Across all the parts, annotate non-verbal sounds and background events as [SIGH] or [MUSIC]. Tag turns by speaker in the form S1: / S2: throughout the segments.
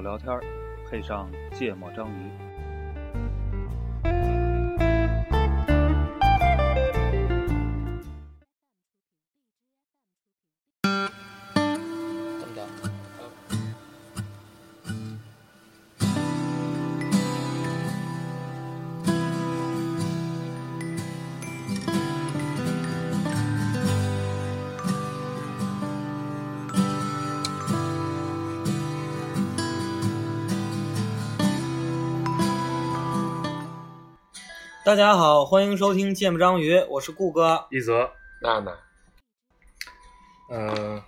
S1: 聊天，配上芥末章鱼。
S2: 怎么着？
S3: 大家好，欢迎收听《芥末章鱼》，我是顾哥。
S4: 一泽，
S2: 娜娜，
S4: 嗯、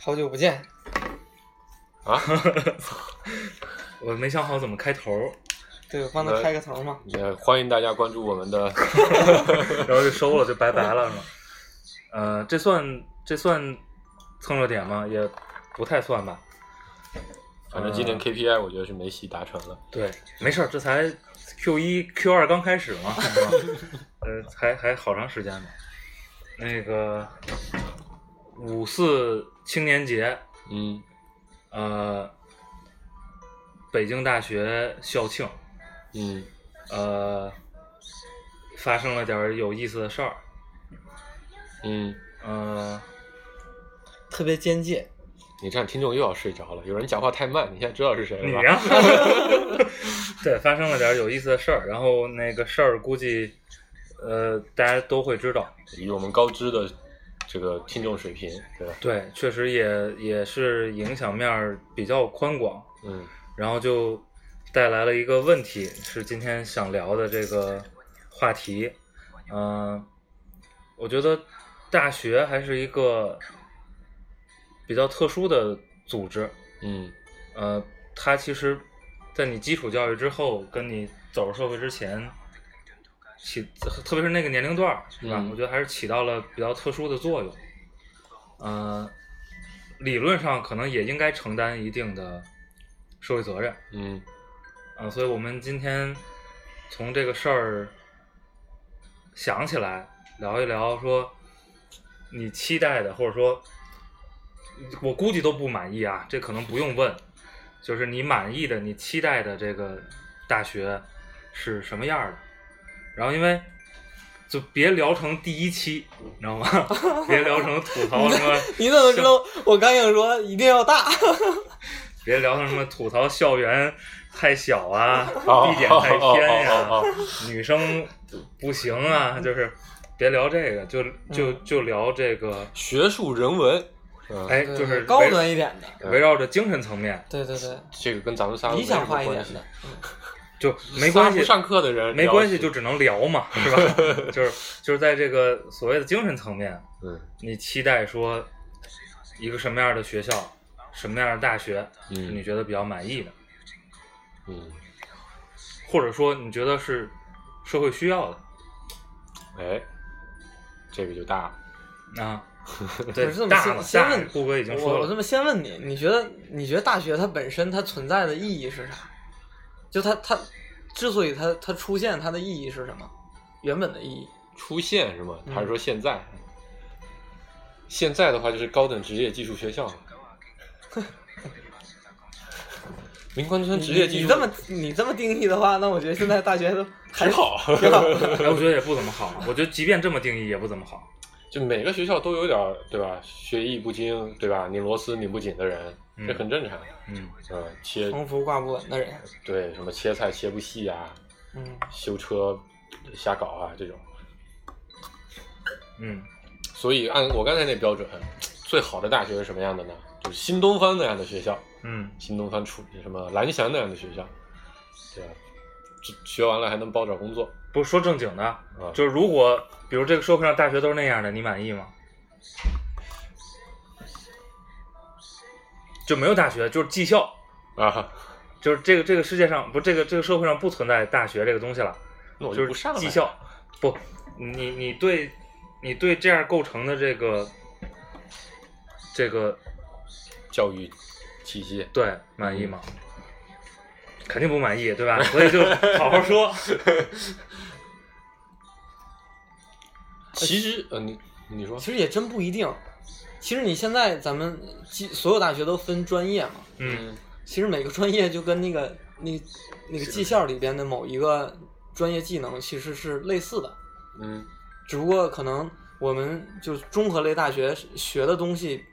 S4: 好久不见
S2: 啊！
S4: [LAUGHS] 我没想好怎么开头，
S3: 对，帮
S2: 他开
S3: 个头嘛。
S2: 也欢迎大家关注我们的，
S4: 然后就收了，就拜拜了，是吗？呃，这算这算蹭热点吗？也不太算吧。
S2: 反正今年 KPI 我觉得是没戏达成了。
S4: 对，没事儿，这才 Q 一 Q 二刚开始嘛，是吧？呃，还还好长时间呢。那个五四青年节，
S2: 嗯，
S4: 呃，北京大学校庆，
S2: 嗯，
S4: 呃，发生了点儿有意思的事儿，
S2: 嗯，
S4: 呃，
S3: 特别尖界，
S2: 你看听众又要睡着了，有人讲话太慢，你现在知道是谁
S4: 你
S2: 了
S4: 呀、
S2: 吧？
S4: [LAUGHS] 对，发生了点儿有意思的事儿，然后那个事儿估计，呃，大家都会知道。
S2: 以我们高知的这个听众水平，对吧？
S4: 对，确实也也是影响面儿比较宽广，
S2: 嗯
S4: 然后就带来了一个问题，是今天想聊的这个话题。嗯、我觉得大学还是一个比较特殊的组织，
S2: 嗯
S4: 呃，它其实，在你基础教育之后，跟你走入社会之前，起特别是那个年龄段儿，是吧？
S2: 嗯
S4: 我觉得还是起到了比较特殊的作用。呃，理论上可能也应该承担一定的社会责任。
S2: 嗯
S4: 啊，所以我们今天从这个事儿想起来聊一聊，说你期待的，或者说我估计都不满意啊，这可能不用问，就是你满意的、你期待的这个大学是什么样儿的。然后因为就别聊成第一期，你知道吗？ [LAUGHS] 别聊成吐槽什么。
S3: 你怎么知道？我刚想说一定要
S2: [LAUGHS]
S3: 大，
S4: 别聊什么吐槽校园太小啊，
S2: [LAUGHS] 哦
S4: 地点太偏呀、
S2: 哦哦哦
S4: 女生不行啊，就是别聊这个，
S2: 嗯
S4: 就就就聊这个，
S2: 学术人文，嗯，
S4: 哎，就是
S3: 高
S4: 围
S3: 端一点的。
S4: 围绕着精神层面，
S3: 对对对，
S2: 这个跟咱们仨
S3: 理想化一
S2: 没
S3: 点
S2: 什么
S3: 的
S2: 关系，
S4: 就没关
S2: 仨不
S4: 系，
S2: 上课的人
S4: 没关系，
S2: 聊
S4: 就只能聊嘛，
S2: [LAUGHS]
S4: 是吧？就是就是在这个所谓的精神层面，
S2: 嗯
S4: 你期待说一个什么样的学校，什么样的大学，
S2: 嗯
S4: 你觉得比较满意的，
S2: 嗯，
S4: 或者说你觉得是社会需要的。
S2: 哎，这个就大了，
S4: 啊，
S3: 我
S4: 对
S3: 是这，么
S4: 大
S3: 先
S4: 嘛，
S3: 先
S4: 大
S3: 问
S4: 顾哥已经
S3: 我
S4: 说
S3: 我这
S4: 了，
S3: 么先问你，你觉得你觉得大学它本身它存在的意义是啥？就它它之所以它它出现它的意义是什么？原本的意义。
S2: 出现是吗？
S3: 嗯
S2: 还是说现在？现在的话就是高等职业技术学校，明光村职业技
S3: 你你
S2: 术
S3: 这么你这么定义的话，那我觉得现在大
S2: [LAUGHS]
S3: 学都还
S2: 挺好， [LAUGHS]
S4: 哎，我觉得也不怎么好，我觉得即便这么定义也不怎么好。
S2: 就每个学校都有点儿对吧？学艺不精对吧？拧螺丝拧不紧的人，
S4: 嗯
S2: 这很正常。
S4: 嗯，
S2: 嗯，切
S3: 横幅挂不稳的人。
S2: 对什么切菜切不细啊，
S3: 嗯，
S2: 修车瞎搞啊这种。
S4: 嗯，
S2: 所以按我刚才那标准，最好的大学是什么样的呢？就是新东方那样的学校，
S4: 嗯，
S2: 新东方出什么蓝翔那样的学校，对吧？这学完了还能包找工作
S4: 不是说正经的，
S2: 啊，
S4: 就是如果比如这个社会上大学都是那样的，你满意吗？就没有大学，就是技校，
S2: 啊，
S4: 就是这个这个世界上不这个这个社会上不存在大学这个东西了，
S2: 那我
S4: 就
S2: 不上
S4: 是
S2: 了呗
S4: 技校。不，你你对你对这样构成的这个这个
S2: 教育体系，
S3: 呃
S4: 对，满意吗？肯定不满意，对吧？所以就好好 [LAUGHS] 说。
S2: 其实呃，你你说
S3: 其实也真不一定。其实你现在咱们基所有大学都分专业嘛，
S4: 嗯，
S3: 其实每个专业就跟那个那那个技校里边的某一个专业技能其实是类似的，
S2: 嗯
S3: 只不过可能我们就综合类大学学的东西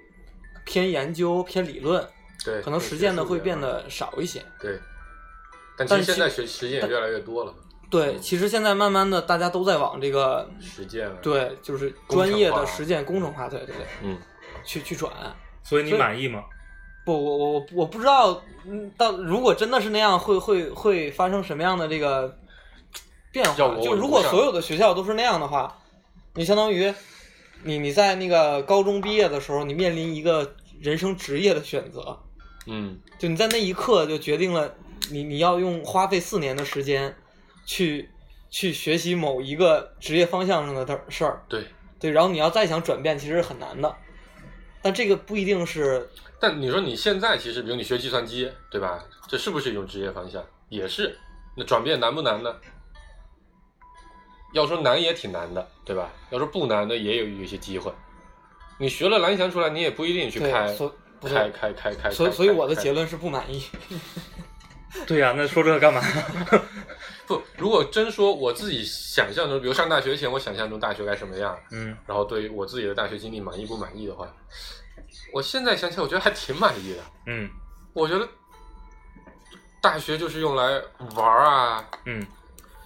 S3: 偏研究偏理论，
S2: 对，
S3: 可能实践的会变得少一些。
S2: 对。但其
S3: 但
S2: 实
S3: 其
S2: 现在学实践也越来越多了，
S3: 对，其实现在慢慢的大家都在往这个
S2: 实践啊了，，
S3: 对，就是
S2: 工程
S3: 专业
S2: 化
S3: 的实践工程化，对对对，
S2: 嗯，
S3: 去去转。
S4: 所以你满意吗？
S3: 不，我我我我不知道，嗯，到如果真的是那样，会会会发生什么样的这个变
S2: 要
S3: 化？
S2: 我
S3: 就
S2: 我
S3: 如
S2: 不
S3: 果
S2: 上
S3: 所有的学校都是那样的话，你相当于你你在那个高中毕业的时候，你面临一个人生职业的选择，
S2: 嗯，
S3: 就你在那一刻就决定了你你要用花费四年的时间去去学习某一个职业方向上的事儿事儿，
S2: 对。
S3: 对，然后你要再想转变，其实是很难的。但这个不一定是
S2: 但你说你现在其实，比如你学计算机，对吧？这是不是一种职业方向？也是。那转变难不难呢？要说难也挺难的，对吧？要说不难的也有有一些机会。你学了蓝翔出来，你也不一定去
S3: 对
S2: 开，
S3: 所不
S2: 开
S3: 对，
S2: 开开开。
S3: 所以
S2: 开
S3: 所以我的
S2: 开
S3: 结论是不满意。
S4: 对呀、那说这个 [LAUGHS] 干嘛？
S2: 不，如果真说我自己想象中，比如上大学前我想象中大学该什么样，
S4: 嗯，
S2: 然后对于我自己的大学经历满意不满意的话，我现在想起来，我觉得还挺满意的。
S4: 嗯
S2: 我觉得大学就是用来玩儿啊，
S4: 嗯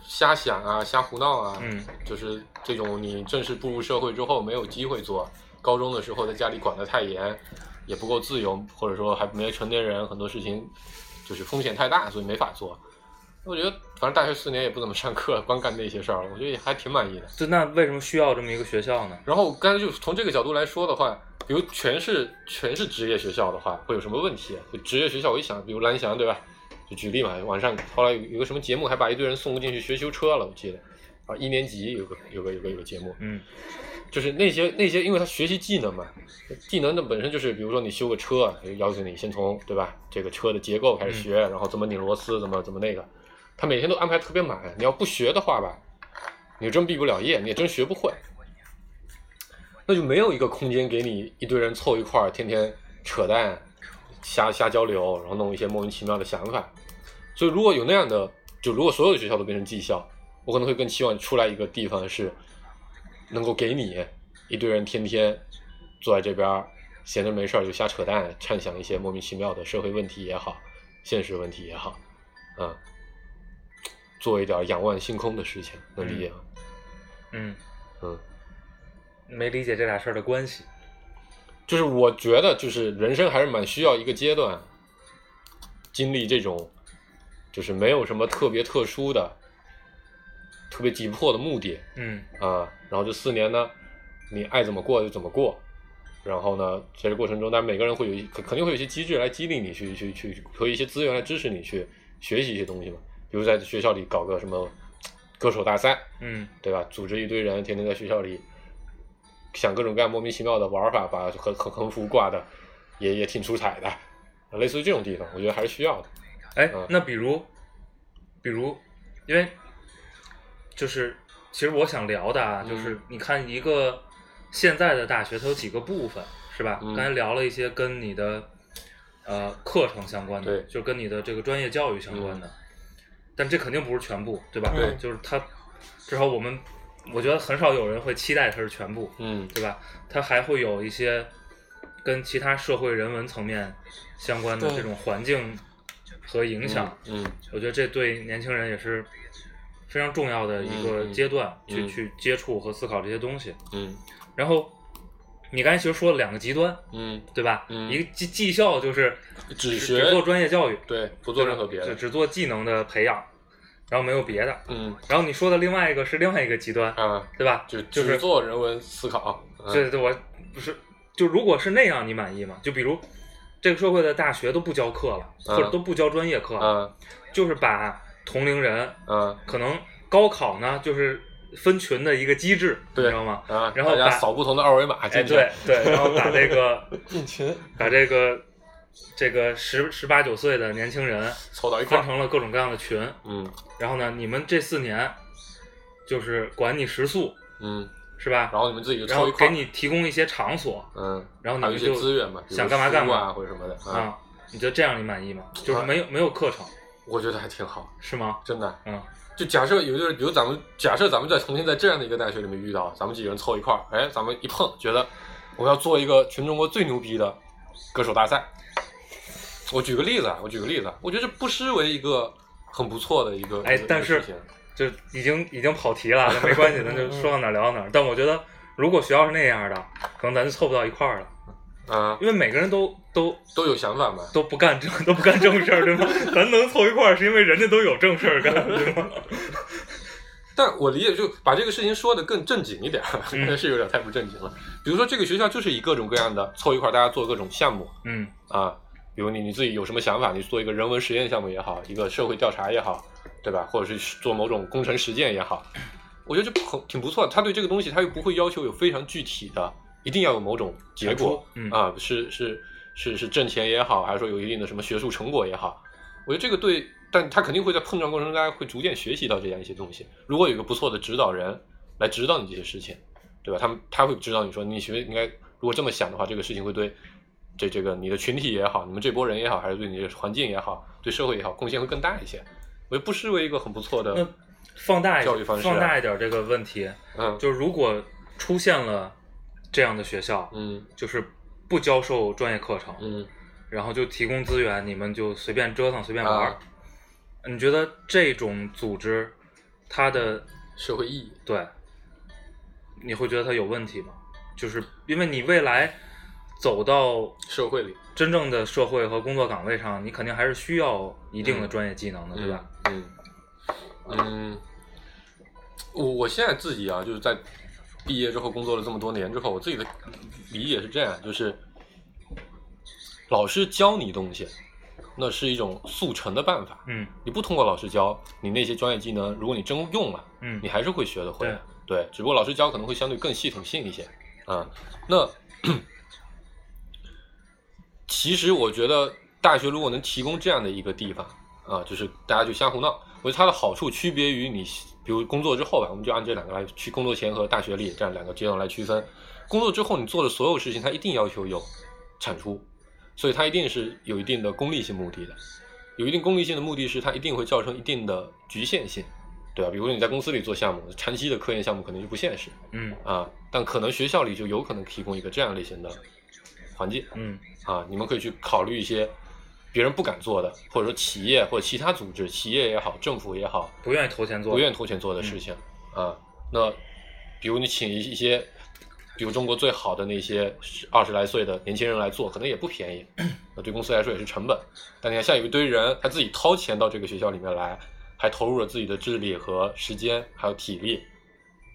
S2: 瞎想啊，瞎胡闹啊，
S4: 嗯
S2: 就是这种你正式步入社会之后没有机会做。高中的时候在家里管得太严，也不够自由，或者说还没成年人，很多事情就是风险太大，所以没法做。我觉得反正大学四年也不怎么上课， [LAUGHS] 光干那些事儿，我觉得也还挺满意的。
S4: 就那为什么需要这么一个学校呢？
S2: 然后刚才就从这个角度来说的话，比如全是全是职业学校的话，会有什么问题？啊就职业学校，我一想，比如蓝翔对吧？就举例嘛，晚上后来有有个什么节目，还把一堆人送进去学修车了，我记得啊，一年级有个有个有个有个节目，
S4: 嗯
S2: 就是那些那些，因为他学习技能嘛，技能的本身就是，比如说你修个车，啊就要求你先从对吧，这个车的结构开始学，然后怎么拧螺丝，怎么怎么那个，他每天都安排特别满。你要不学的话吧，你真毕不了业，你也真学不会，那就没有一个空间给你一堆人凑一块儿，天天扯淡，瞎瞎交流，然后弄一些莫名其妙的想法。所以如果有那样的，就如果所有的学校都变成技校，我可能会更期望出来一个地方是能够给你一堆人天天坐在这边儿闲着没事儿就瞎扯淡，畅想一些莫名其妙的社会问题也好，现实问题也好，啊、做一点仰望星空的事情，能理解吗？
S4: 嗯，
S2: 嗯，
S4: 没理解这俩事儿的关系。
S2: 就是我觉得就是人生还是蛮需要一个阶段经历这种，就是没有什么特别特殊的、特别急迫的目的，
S4: 嗯
S2: 啊，然后这四年呢，你爱怎么过就怎么过，然后呢，在这过程中，但每个人会有一肯肯定会有一些机制来激励你去去去，和一些资源来支持你去学习一些东西嘛，比如在学校里搞个什么歌手大赛，
S4: 嗯
S2: 对吧？组织一堆人天天在学校里想各种各样莫名其妙的玩法，把横横横幅挂的也也挺出彩的，类似于这种地方，我觉得还是需要的。
S4: 哎
S2: 嗯，
S4: 那比如，比如，因为就是其实我想聊的啊，
S2: 嗯
S4: 就是你看一个现在的大学，它有几个部分是吧？
S2: 嗯
S4: 刚才聊了一些跟你的呃课程相关的，
S2: 对嗯
S4: 就跟你的这个专业教育相关的，但这肯定不是全部，对吧？
S3: 对
S4: 就是它至少我们我觉得很少有人会期待它是全部，
S2: 嗯
S4: 对吧？它还会有一些跟其他社会人文层面相关的
S3: 对
S4: 这种环境和影响。
S2: 嗯
S4: 我觉得这对年轻人也是非常重要的一个
S2: 嗯嗯
S4: 阶段，去、
S2: 嗯
S4: 去接触和思考这些东西。
S2: 嗯
S4: 然后你刚才其实说了两个极端，
S2: 嗯，
S4: 对吧？
S2: 嗯
S4: 一个技技校就是
S2: 只
S4: 只
S2: 学
S4: 做专业教育，
S2: 对，不
S4: 不
S2: 做任何别的
S4: 只。只做技能的培养，然后没有别的。
S2: 嗯
S4: 然后你说的另外一个是另外一个极端，
S2: 啊。
S4: 对吧？
S2: 就
S4: 就
S2: 只
S4: 是
S2: 做人文思考，嗯
S4: 对对，我不是，就如果是那样，你满意吗？就比如这个社会的大学都不教课了，
S2: 嗯
S4: 或者都不教专业课了，
S2: 啊
S4: 就是把同龄人
S2: 啊
S4: 可能高考呢就是分群的一个机制，你
S2: 对
S4: 知道吗？
S2: 啊，
S4: 然后
S2: 大家
S4: 把
S2: 扫不同的二维码
S4: 哎，
S2: 进去，
S4: 对对，然后把这个
S3: [LAUGHS]
S4: [LAUGHS]
S3: 进群，
S4: 把这个这个十十八九岁的年轻人
S2: 凑到一块
S4: 分
S2: 儿，
S4: 成了各种各样的群，
S2: 嗯
S4: 然后呢，你们这四年就是管你食宿
S2: 嗯，
S4: 是吧？
S2: 然后你们自己就
S4: 然
S2: 凑
S4: 后
S2: 一块
S4: 给
S2: 儿，
S4: 你提供一些场所，
S2: 嗯，
S4: 然后
S2: 还有
S4: 你
S2: 一
S4: 们
S2: 些
S4: 就
S2: 资源嘛，比如
S4: 想干嘛干
S2: 书啊
S4: 嘛
S2: 或者什么的，
S4: 啊，你觉得这样你满意吗？就是没有没有课程
S2: 我觉得还挺好，
S4: 是吗？
S2: 真的。
S4: 嗯，
S2: 就假设有就是，比如咱们假设咱们在重庆在这样的一个大学里面遇到，咱们几个人凑一块儿，哎，咱们一碰，觉得我要做一个全中国最牛逼的歌手大赛。我举个例子啊，我举个例子啊，我觉得这不失为一个很不错的一个。
S4: 哎
S2: 一个
S4: 但是
S2: 一个事情
S4: 就已经已经跑题了，那没关系，咱就说到哪儿聊到哪儿。但我觉得如果学校是那样的，可能咱就凑不到一块儿了，
S2: 啊、
S4: 因为每个人都都
S2: 都有想法嘛。
S4: 都不干正 [LAUGHS] 都不干正事儿，对吗？ [LAUGHS] 咱能凑一块儿，是因为人家都有正事儿干，对吗？ [LAUGHS]
S2: 但我理解就把这个事情说的更正经一点儿，
S4: 嗯
S2: 但 [LAUGHS] 是有点太不正经了。比如说这个学校就是以各种各样的凑一块，儿，大家做各种项目
S4: 嗯
S2: 啊，比如你你自己有什么想法，你做一个人文实验项目也好，一个社会调查也好，对吧？或者是做某种工程实践也好，我觉得这很挺不错的。他对这个东西他又不会要求有非常具体的，一定要有某种结果
S4: 嗯
S2: 啊，是是是是挣钱也好，还是说有一定的什么学术成果也好，我觉得这个对，但他肯定会在碰撞过程中，大家会逐渐学习到这样一些东西。如果有一个不错的指导人来指导你这些事情，对吧？他们他会指导你说，你学应该如果这么想的话，这个事情会对这这个你的群体也好，你们这波人也好，还是对你的环境也好，对社会也好，贡献会更大一些。我觉得不失为一个很不错的
S4: 那，放大一
S2: 教育方式啊
S4: 放大一点这个问题，
S2: 嗯
S4: 就是如果出现了这样的学校，
S2: 嗯
S4: 就是不教授专业课程，
S2: 嗯，
S4: 然后就提供资源，你们就随便折腾随便玩儿
S2: 啊。
S4: 你觉得这种组织，它的
S2: 社会意义，
S4: 对，你会觉得它有问题吗？就是因为你未来走到
S2: 社会里，
S4: 真正的社会和工作岗位上，你肯定还是需要一定的专业技能的，对吧？
S2: 嗯？嗯嗯，我我现在自己啊，就是在毕业之后工作了这么多年之后，我自己的理解是这样，就是老师教你东西，那是一种速成的办法。
S4: 嗯
S2: 你不通过老师教，你那些专业技能，如果你真用了，
S4: 嗯
S2: 你还是会学得会的。对，只不过老师教可能会相对更系统性一些。啊、那 [CLEARS THROAT] 其实我觉得大学如果能提供这样的一个地方啊，就是大家就瞎胡闹，我觉得它的好处区别于你，比如工作之后吧，我们就按这两个来去工作前和大学里这样两个阶段来区分。工作之后你做的所有事情，它一定要求有产出，所以它一定是有一定的功利性目的的。有一定功利性的目的是它一定会造成一定的局限性，对吧？比如说你在公司里做项目，长期的科研项目肯定是不现实
S4: 嗯
S2: 啊，但可能学校里就有可能提供一个这样类型的环境
S4: 嗯
S2: 啊，你们可以去考虑一些别人不敢做的，或者说企业或者其他组织，企业也好，政府也好，
S4: 不愿意投钱做，
S2: 不愿意投钱做的事情、啊。那比如你请一一些，比如中国最好的那些二十来岁的年轻人来做，可能也不便宜，那对公司来说也是成本。但你看，现在有一堆人，他自己掏钱到这个学校里面来，还投入了自己的智力和时间，还有体力，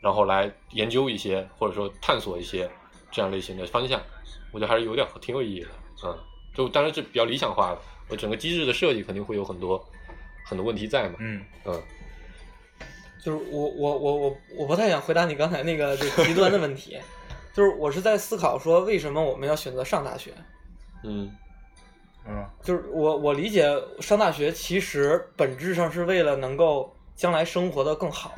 S2: 然后来研究一些或者说探索一些这样类型的方向，我觉得还是有点挺有意义的，嗯。就当然这比较理想化了，我整个机制的设计肯定会有很多很多问题在嘛，
S4: 嗯
S2: 嗯
S3: 就是我我我我我不太想回答你刚才那个就极端的问题，就是我是在思考说为什么我们要选择上大学。
S2: 嗯。
S4: 嗯
S3: 就是我我理解上大学其实本质上是为了能够将来生活的更好，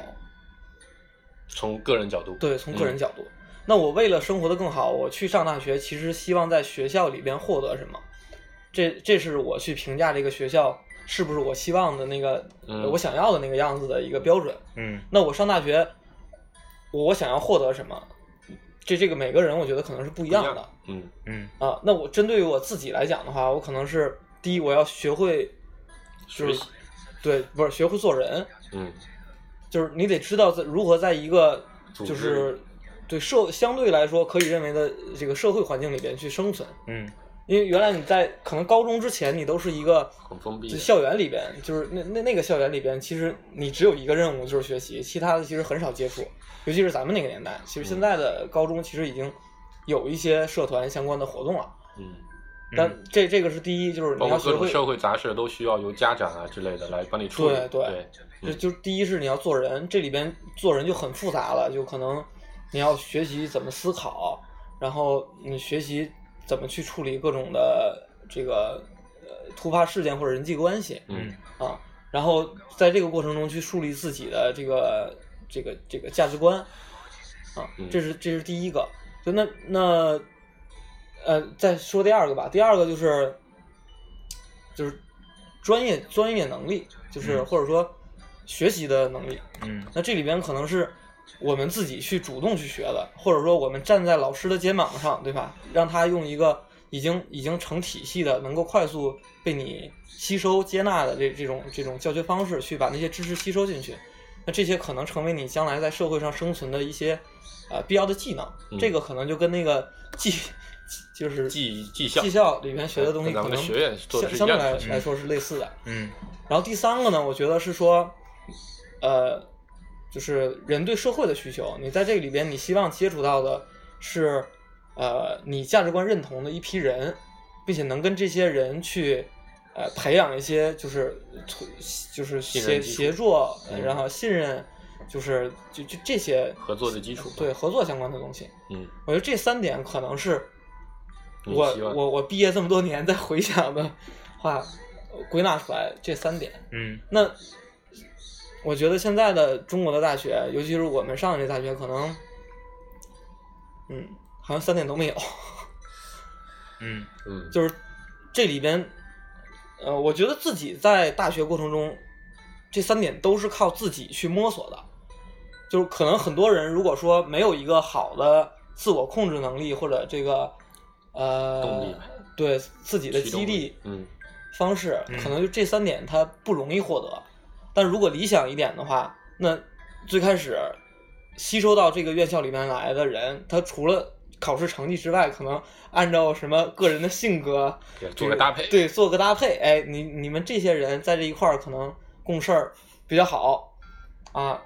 S2: 从个人角度，
S3: 对，从个
S2: 嗯
S3: 人角度。那我为了生活的更好，我去上大学，其实希望在学校里边获得什么？这这是我去评价这个学校是不是我希望的那个、
S2: 嗯
S3: 我想要的那个样子的一个标准。
S4: 嗯
S3: 那我上大学，我我想要获得什么？这这个每个人我觉得可能是不一样的。
S2: 嗯
S4: 嗯
S3: 啊，那我针对于我自己来讲的话，我可能是第一，我要学会，就
S2: 学
S3: 是
S2: 习
S3: 对，不是学会做人，
S2: 嗯
S3: 就是你得知道在如何在一个
S2: 组
S3: 就
S2: 织
S3: 是对社相对来说可以认为的这个社会环境里边去生存，
S4: 嗯
S3: 因为原来你在可能高中之前，你都是一个
S2: 很封闭
S3: 就
S2: 的，
S3: 校园里边，就是那那那个校园里边，其实你只有一个任务就是学习，其他的其实很少接触，尤其是咱们那个年代，其实现在的高中其实已经有一些社团相关的活动了。
S2: 嗯，
S3: 但这这个是第一，就是
S2: 包
S3: 你要学
S2: 括各种
S3: 会，
S2: 社会杂事都需要由家长啊之类的来帮你处理，
S3: 对
S2: 对
S3: 对
S2: 嗯
S3: 就就是第一是你要做人，这里边做人就很复杂了，就可能你要学习怎么思考，然后你学习怎么去处理各种的这个呃突发事件或者人际关系
S2: 嗯
S3: 啊，然后在这个过程中去树立自己的这个这个这个价值观啊
S2: 嗯，
S3: 这是这是第一个。就那那呃，再说第二个吧，第二个就是就是专业专业能力，就是
S4: 嗯
S3: 或者说学习的能力。
S4: 嗯
S3: 那这里边可能是我们自己去主动去学的，或者说我们站在老师的肩膀上，对吧？让他用一个已经已经成体系的、能够快速被你吸收接纳的这这种这种教学方式，去把那些知识吸收进去。那这些可能成为你将来在社会上生存的一些呃必要的技能。
S2: 嗯
S3: 这个可能就跟那个技就是
S2: 技技校
S3: 技校里面学的东西
S2: 跟咱
S3: 可
S2: 们的
S3: 能
S2: 学院做的
S3: 相
S2: 是一
S3: 相对
S2: 样
S3: 来
S2: 的。
S3: 来说是类似的。
S4: 嗯
S3: 然后第三个呢，我觉得是说，呃，就是人对社会的需求。你在这个里边，你希望接触到的是，呃，你价值观认同的一批人，并且能跟这些人去，呃，培养一些就是促就是
S2: 信
S3: 协
S2: 任基础
S3: 协作，
S2: 嗯
S3: 然后信任，就是就就这些
S2: 合作的基础
S3: 对合作相关的东西。
S2: 嗯，
S3: 我觉得这三点可能是
S2: 你
S3: 我
S2: 希望
S3: 我我毕业这么多年再回想的话，归纳出来这三点。
S4: 嗯
S3: 那我觉得现在的中国的大学，尤其是我们上的这大学，可能，嗯，好像三点都没有。 [LAUGHS]
S4: 嗯
S2: 嗯，
S3: 就是这里边，呃，我觉得自己在大学过程中，这三点都是靠自己去摸索的。就是可能很多人如果说没有一个好的自我控制能力或者这个呃
S2: 动力吧
S3: 对自己的
S2: 驱动
S3: 激励
S2: 力嗯
S3: 方式，
S4: 嗯
S3: 可能就这三点它不容易获得。但如果理想一点的话，那最开始吸收到这个院校里面来的人，他除了考试成绩之外，可能按照什么个人的性格，
S2: 对做个搭配。
S3: 对，做个搭配。哎，你你们这些人在这一块儿可能共事儿比较好啊，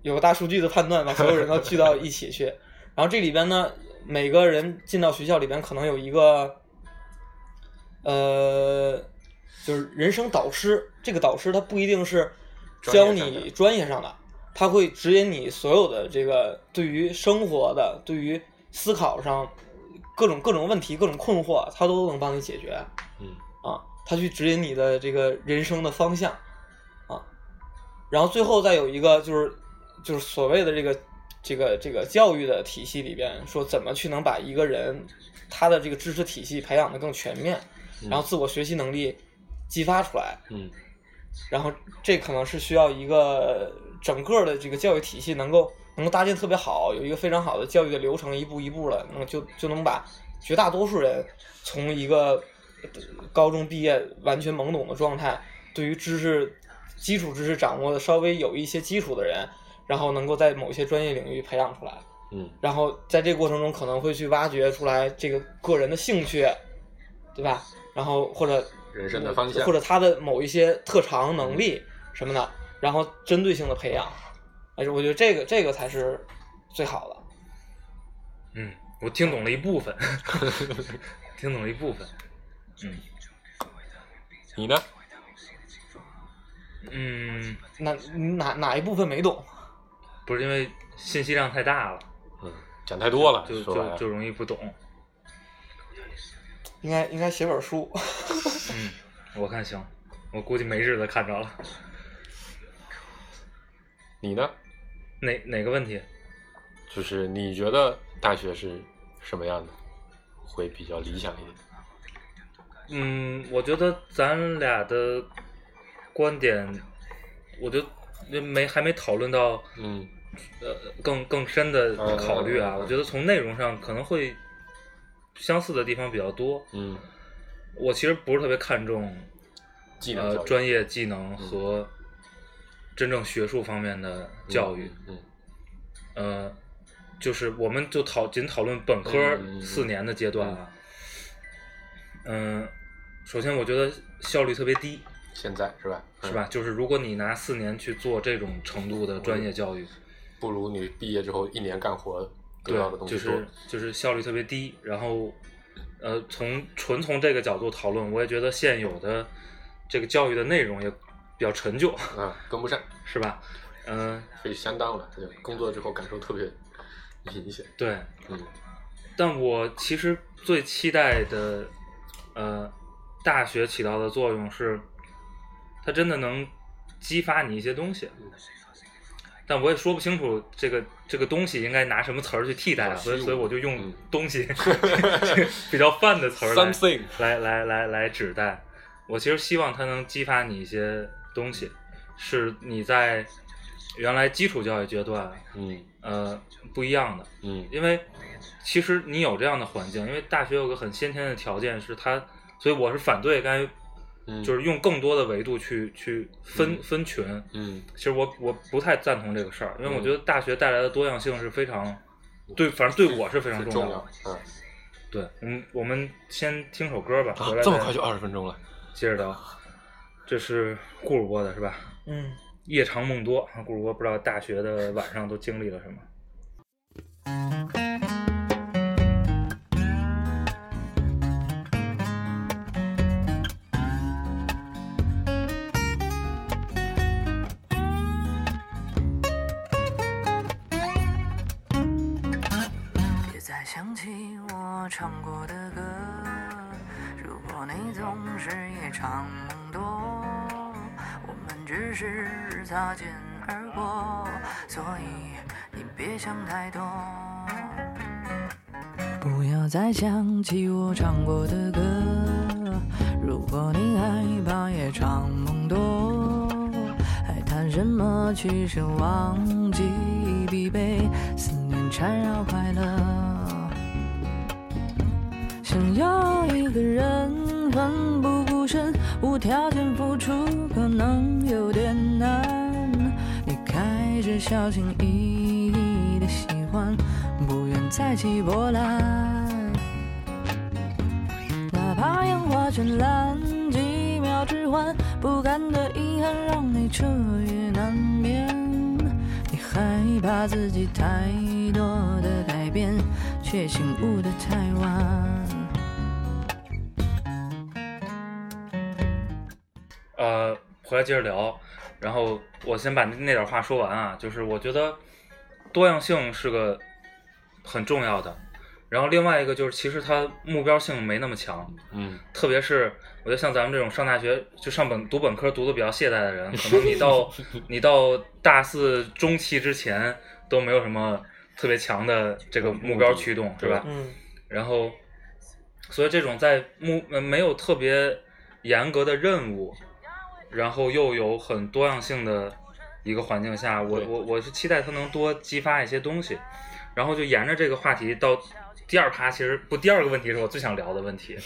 S3: 有个大数据的判断，把所有人都聚到一起去。然后这里边呢，每个人进到学校里边可能有一个，呃，就是人生导师。这个导师他不一定是教
S2: 专业上
S3: 你
S2: 的
S3: 专业上的，他会指引你所有的这个对于生活的、对于思考上各种各种问题、各种困惑，他都能帮你解决。
S2: 嗯
S3: 啊，他去指引你的这个人生的方向啊，然后最后再有一个就是就是所谓的这个这个这个教育的体系里边，说怎么去能把一个人他的这个知识体系培养的更全面，
S2: 嗯
S3: 然后自我学习能力激发出来，
S2: 嗯
S3: 然后这可能是需要一个整个的这个教育体系能够能够搭建特别好，有一个非常好的教育的流程，一步一步的，能就就能把绝大多数人从一个呃高中毕业完全懵懂的状态，对于知识基础知识掌握的稍微有一些基础的人，然后能够在某些专业领域培养出来。
S2: 嗯
S3: 然后在这个过程中可能会去挖掘出来这个个人的兴趣，对吧？然后或者
S2: 人生的方向
S3: 或者他的某一些特长能力什么的，然后针对性的培养，而且我觉得这个这个才是最好的。
S4: 嗯，我听懂了一部分， [LAUGHS] 听懂了一部分。嗯
S2: 你呢？
S4: 嗯，
S3: 哪哪哪一部分没懂？
S4: 不是因为信息量太大了，
S2: 嗯，讲太多了，
S4: 就
S2: 说白
S4: 就
S2: 了
S4: 就容易不懂。
S2: [LAUGHS]
S3: 应该应该写本书。
S4: 嗯，我看行，我估计没日子看着了。
S2: 你呢？
S4: 哪哪个问题？
S2: 就是你觉得大学是什么样的，会比较理想一点？
S4: 嗯，我觉得咱俩的观点，我觉得没还没讨论到
S2: 嗯
S4: 呃更更深的考虑啊。
S2: 嗯嗯嗯嗯
S4: 我觉得从内容上可能会相似的地方比较多。
S2: 嗯，
S4: 我其实不是特别看重
S2: 技能
S4: 呃
S2: 教育嗯
S4: 专业技能和真正学术方面的教育，，
S2: 嗯
S4: 呃，就是我们就讨仅讨论本科
S2: 嗯嗯嗯
S4: 四年的阶段啊。嗯、首先我觉得效率特别低，
S2: 嗯，现在是吧？嗯
S4: 是吧？？就是如果你拿四年去做这种程度的专业教育，
S2: 嗯不如你毕业之后一年干活得
S4: 对
S2: 到的，东
S4: 就
S2: 西多
S4: 是。就是效率特别低。然后，呃，从纯从这个角度讨论，我也觉得现有的这个教育的内容也比较陈旧，
S2: 嗯，跟不上，
S4: 是吧？嗯、
S2: 所以相当了。就工作之后感受特别明显。
S4: 对。
S2: 嗯
S4: 但我其实最期待的，呃，大学起到的作用是，它真的能激发你一些东西。但我也说不清楚这个这个东西应该拿什么词儿去替代，
S2: 好
S4: 所以
S2: 虚无
S4: 所以我就用
S2: 嗯 [LAUGHS]
S4: “东西”比较泛的词儿来
S2: ，something，
S4: 来来来来指代。我其实希望它能激发你一些东西，是你在原来基础教育阶段
S2: 嗯
S4: 呃不一样的。
S2: 嗯
S4: 因为其实你有这样的环境，因为大学有个很先天的条件是它，所以我是反对该
S2: 嗯，
S4: 就是用更多的维度去去分
S2: 嗯
S4: 分群。
S2: 嗯
S4: 其实我我不太赞同这个事儿，因为
S2: 嗯
S4: 我觉得大学带来的多样性是非常对，反正对我是非常
S2: 很
S4: 重
S2: 重
S4: 要
S2: 要
S4: 的。。
S2: 嗯，
S4: 对，我们我们先听首歌吧，
S2: 啊
S4: 回来，
S2: 这么
S4: 再
S2: 快就二十分钟了，
S4: 接着聊。这是顾主播的是吧？
S3: 嗯，
S4: 夜长梦多，顾主播不知道大学的晚上都经历了什么。
S5: 别再想起我唱过的歌。如果你总是夜长梦多，我们只是擦肩而过，所以你别想太多。不要再想起我唱过的歌。如果你害怕夜长梦多，还谈什么去奢忘记疲惫，思念缠绕快乐。想要一个人奋不顾身，无条件付出，可能有点难。你开始小心翼翼的喜欢，不愿再起波澜。哪怕烟花绚烂，几秒之欢，不甘的遗憾让你彻夜难眠。你害怕自己太多的改变，却醒悟的太晚。
S4: 呃，回来接着聊。然后我先把那那点话说完啊，就是我觉得多样性是个很重要的。然后另外一个就是，其实它目标性没那么强，
S2: 嗯
S4: 特别是我觉得像咱们这种上大学就上本读本科读的比较懈怠的人，可能你 [LAUGHS] 到你到大四中期之前都没有什么特别强的这个目标驱动，是吧？
S3: [LAUGHS] 嗯
S4: 然后，所以这种在目呃没有特别严格的任务，然后又有很多样性的一个环境下，我
S2: 对
S4: 我我是期待它能多激发一些东西，然后就沿着这个话题到第二趴，其实不，第二个问题是我最想聊的问题，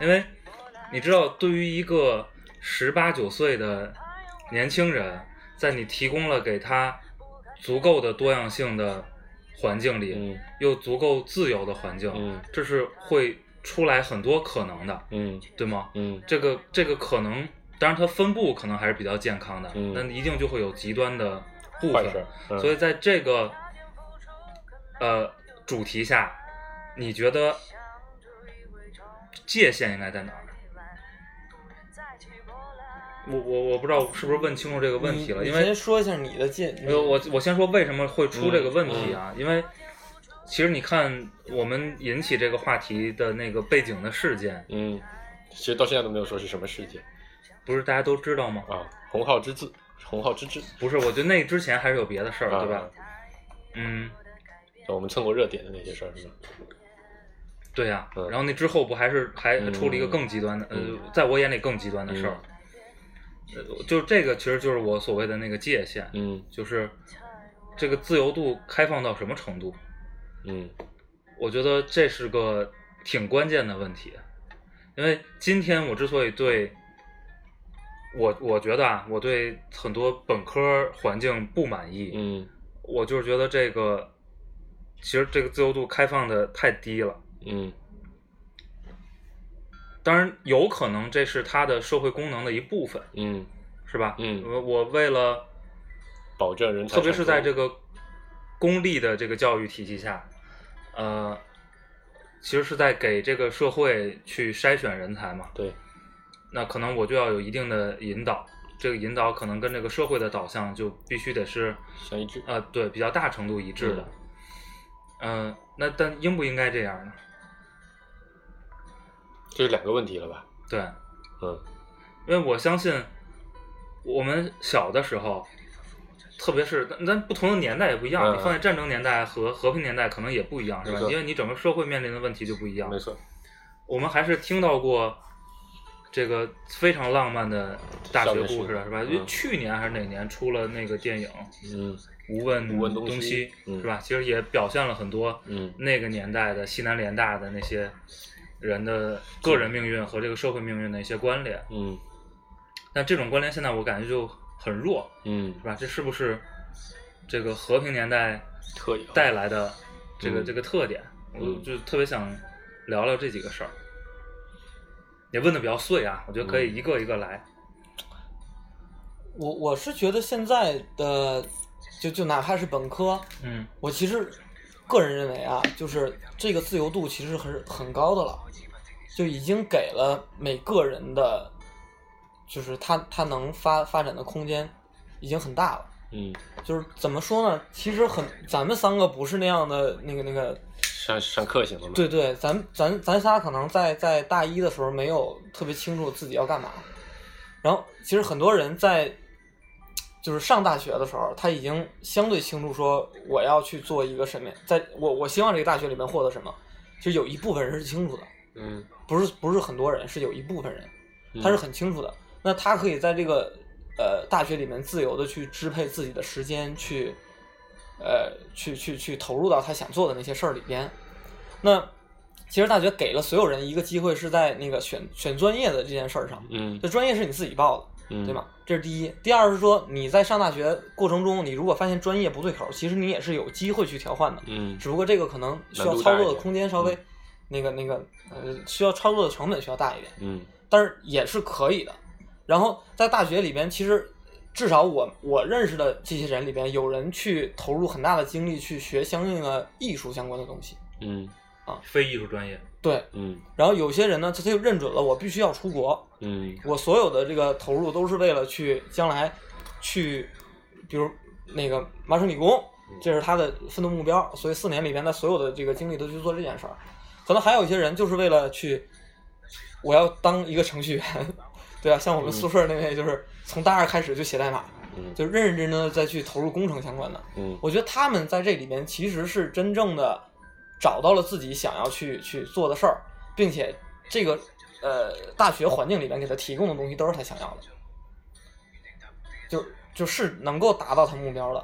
S4: 因为你知道，对于一个十八九岁的年轻人，在你提供了给他足够的多样性的环境里，
S2: 嗯
S4: 又足够自由的环境，
S2: 嗯
S4: 这是会出来很多可能的，
S2: 嗯
S4: 对吗？
S2: 嗯
S4: 这个这个可能，当然它分布可能还是比较健康的，
S2: 嗯
S4: 但一定就会有极端的部
S2: 坏
S4: 分
S2: 事。嗯
S4: 所以在这个呃主题下，你觉得界限应该在哪儿？我我我不知道是不是问清楚这个问题了，
S2: 嗯
S3: 你
S4: 因
S3: 你
S4: 为
S3: 先说一下你的见，你
S4: 呃，我我先说为什么会出这个问题啊？
S2: 嗯
S4: 因为其实你看，我们引起这个话题的那个背景的事件，
S2: 嗯，其实到现在都没有说是什么事件
S4: 不是大家都知道吗？
S2: 啊，洪浩之治，洪浩之治，
S4: 不是，我觉得那之前还是有别的事儿，对
S2: 啊
S4: 吧？嗯，
S2: 我们蹭过热点的那些事儿是吧？
S4: 对呀、
S2: 嗯
S4: 然后那之后不还是还
S2: 嗯
S4: 出了一个更极端的，
S2: 嗯
S4: 呃，在我眼里更极端的事儿。呃，就这个其实就是我所谓的那个界限，
S2: 嗯
S4: 就是这个自由度开放到什么程度？
S2: 嗯
S4: 我觉得这是个挺关键的问题，因为今天我之所以对我我觉得啊，我对很多本科环境不满意，
S2: 嗯
S4: 我就是觉得这个其实这个自由度开放的太低了。
S2: 嗯
S4: 当然，有可能这是它的社会功能的一部分，
S2: 嗯，
S4: 是吧？
S2: 嗯
S4: 我我为了
S2: 保证人才，
S4: 特别是在这个公立的这个教育体系下，呃，其实是在给这个社会去筛选人才嘛。
S2: 对，
S4: 那可能我就要有一定的引导，这个引导可能跟这个社会的导向就必须得是
S2: 相一致，
S4: 呃对比较大程度一致的。嗯、那但应不应该这样呢？
S2: 这是两个问题了吧？
S4: 对，
S2: 嗯
S4: 因为我相信我们小的时候。特别是咱咱不同的年代也不一样，
S2: 嗯
S4: 你放在战争年代和和平年代可能也不一样，是吧
S2: 没？错
S4: 因为你整个社会面临的问题就不一样。
S2: 没错，
S4: 我们还是听到过这个非常浪漫的大
S2: 校
S4: 学
S2: 园
S4: 故
S2: 式
S4: 事了，是吧？
S2: 嗯
S4: 因为去年还是哪年出了那个电影《
S2: 嗯
S4: 无问
S2: 无问东
S4: 东
S2: 西嗯
S4: 是吧？其实也表现了很多
S2: 嗯
S4: 那个年代的西南联大的那些人的个人命运和这个社会命运的一些关联。
S2: 嗯
S4: 但这种关联现在我感觉就很弱，
S2: 嗯
S4: 是，吧？这是不是这个和平年代
S2: 特有
S4: 带来的这个、
S2: 嗯
S4: 这个特点？我
S2: 嗯
S4: 就特别想聊聊这几个事儿。也问的比较碎啊，我觉得可以
S2: 嗯
S4: 一个一个来。
S3: 我我是觉得现在的就就哪怕是本科，
S4: 嗯
S3: 我其实个人认为啊，就是这个自由度其实很很高的了，就已经给了每个人的，就是他他能发发展的空间已经很大了。
S2: 嗯
S3: 就是怎么说呢？其实很，咱们三个不是那样的那个那个，
S2: 上上课型的嘛，
S3: 对对，咱咱咱仨可能在在大一的时候没有特别清楚自己要干嘛，然后其实很多人在就是上大学的时候，他已经相对清楚说我要去做一个什么，在我我希望这个大学里面获得什么，其实有一部分人是清楚的，
S2: 嗯，
S3: 不是不是很多人，是有一部分人
S2: 嗯，
S3: 他是很清楚的。那他可以在这个呃大学里面自由的去支配自己的时间，去呃去去去投入到他想做的那些事儿里边。那其实大学给了所有人一个机会，是在那个选选专业的这件事儿上，
S2: 嗯
S3: 这专业是你自己报的，
S2: 嗯
S3: 对吗？这是第一。第二是说你在上大学过程中，你如果发现专业不对口，其实你也是有机会去调换的。
S2: 嗯
S3: 只不过这个可能需要操作的空间稍微那个那个呃需要操作的成本需要大一点，
S2: 嗯
S3: 但是也是可以的。然后在大学里边，其实至少我我认识的这些人里边，有人去投入很大的精力去学相应的艺术相关的东西，
S2: 嗯
S4: 非艺术专业，
S3: 对。
S2: 嗯
S3: 然后有些人呢，他他就认准了我必须要出国，
S2: 嗯
S3: 我所有的这个投入都是为了去将来去，比如那个麻省理工，这是他的奋斗目标，所以四年里边的所有的这个精力都去做这件事儿。可能还有一些人就是为了去，我要当一个程序员，对啊，像我们宿舍那位就是从大二开始就写代码，
S2: 嗯
S3: 就认认真真的再去投入工程相关的。
S2: 嗯
S3: 我觉得他们在这里面其实是真正的找到了自己想要去去做的事儿，并且这个呃大学环境里面给他提供的东西都是他想要的，就就是能够达到他目标的。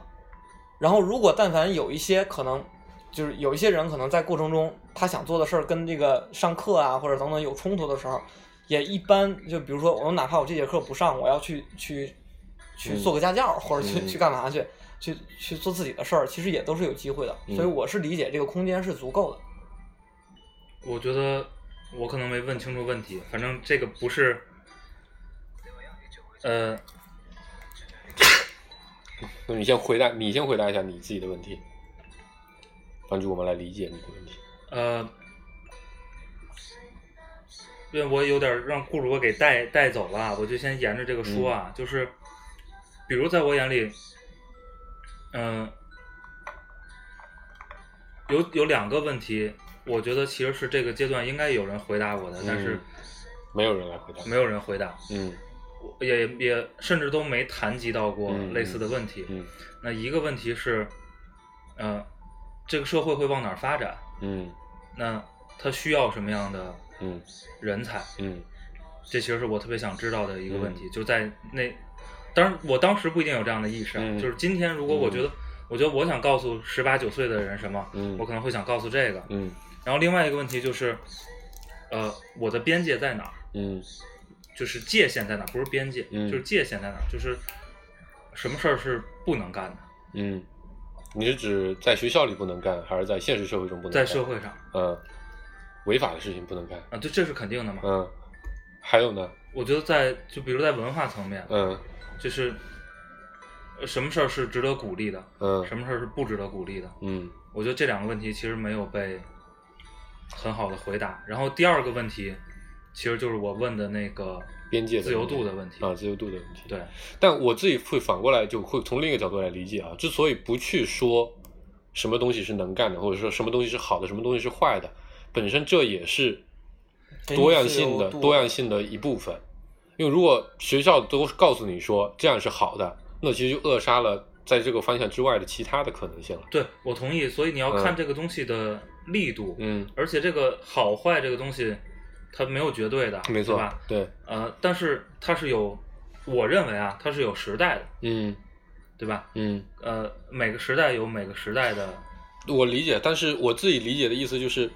S3: 然后如果但凡有一些可能，就是有一些人可能在过程中他想做的事儿跟这个上课啊或者等等有冲突的时候，也一般就比如说我哪怕我这节课不上，我要去去去
S2: 嗯
S3: 做个家教或者去、
S2: 嗯
S3: 去干嘛去。去去做自己的事儿，其实也都是有机会的。
S2: 嗯
S3: 所以我是理解这个空间是足够的。
S4: 我觉得我可能没问清楚问题，反正这个不是，呃，
S2: 那你先回答，你先回答一下你自己的问题，帮助我们来理解你的问题。
S4: 呃，因为我有点让顾主播给带带走了，啊我就先沿着这个说
S2: 嗯
S4: 啊，就是，比如在我眼里，嗯、有有两个问题，我觉得其实是这个阶段应该有人回答我的，但是
S2: 嗯没有人来回答。
S4: 没有人回答，
S2: 嗯
S4: 我也也甚至都没谈及到过
S2: 嗯
S4: 类似的问题。
S2: 嗯
S4: 那一个问题是，呃，这个社会会往哪儿发展？
S2: 嗯
S4: 那它需要什么样的
S2: 嗯
S4: 人才？
S2: 嗯
S4: 这其实是我特别想知道的一个问题。就在那，当然我当时不一定有这样的意识啊。
S2: 嗯
S4: 就是今天，如果我觉得，我觉得我想告诉十八九岁的人什么，
S2: 嗯
S4: 我可能会想告诉这个。
S2: 嗯
S4: 然后另外一个问题就是，呃，我的边界在哪儿？
S2: 嗯
S4: 就是界限在哪儿？不是边界，
S2: 嗯
S4: 就是界限在哪儿？就是什么事儿是不能干的，
S2: 嗯，你是指在学校里不能干，还是在现实社会中不能
S4: 在
S2: 干？
S4: 社会上
S2: 嗯，违法的事情不能干。
S4: 啊，这这是肯定的嘛。
S2: 嗯，还有呢？
S4: 我觉得在就比如在文化层面，
S2: 嗯
S4: 就是呃什么事儿是值得鼓励的，
S2: 嗯
S4: 什么事儿是不值得鼓励的。
S2: 嗯
S4: 我觉得这两个问题其实没有被很好的回答。然后第二个问题，其实就是我问的那个
S2: 边界的
S4: 自由
S2: 问题
S4: 度的问题。
S2: 啊，自由度的问题。
S4: 对，
S2: 但我自己会反过来就会从另一个角度来理解啊，之所以不去说什么东西是能干的，或者说什么东西是好的，什么东西是坏的，本身这也是
S3: 给你
S2: 多样性的
S3: 自由度
S2: 多样性的一部分。因为如果学校都告诉你说这样是好的，那其实就扼杀了在这个方向之外的其他的可能性了。
S4: 对我同意。所以你要
S2: 嗯
S4: 看这个东西的力度，
S2: 嗯
S4: 而且这个好坏这个东西，它没有绝对的，
S2: 没
S4: 对
S2: 错
S4: 吧？，
S2: 对，
S4: 呃，但是它是有，我认为啊，它是有时代的，
S2: 嗯
S4: 对吧？
S2: 嗯，
S4: 呃，每个时代有每个时代的，
S2: 我理解，但是我自己理解的意思就是，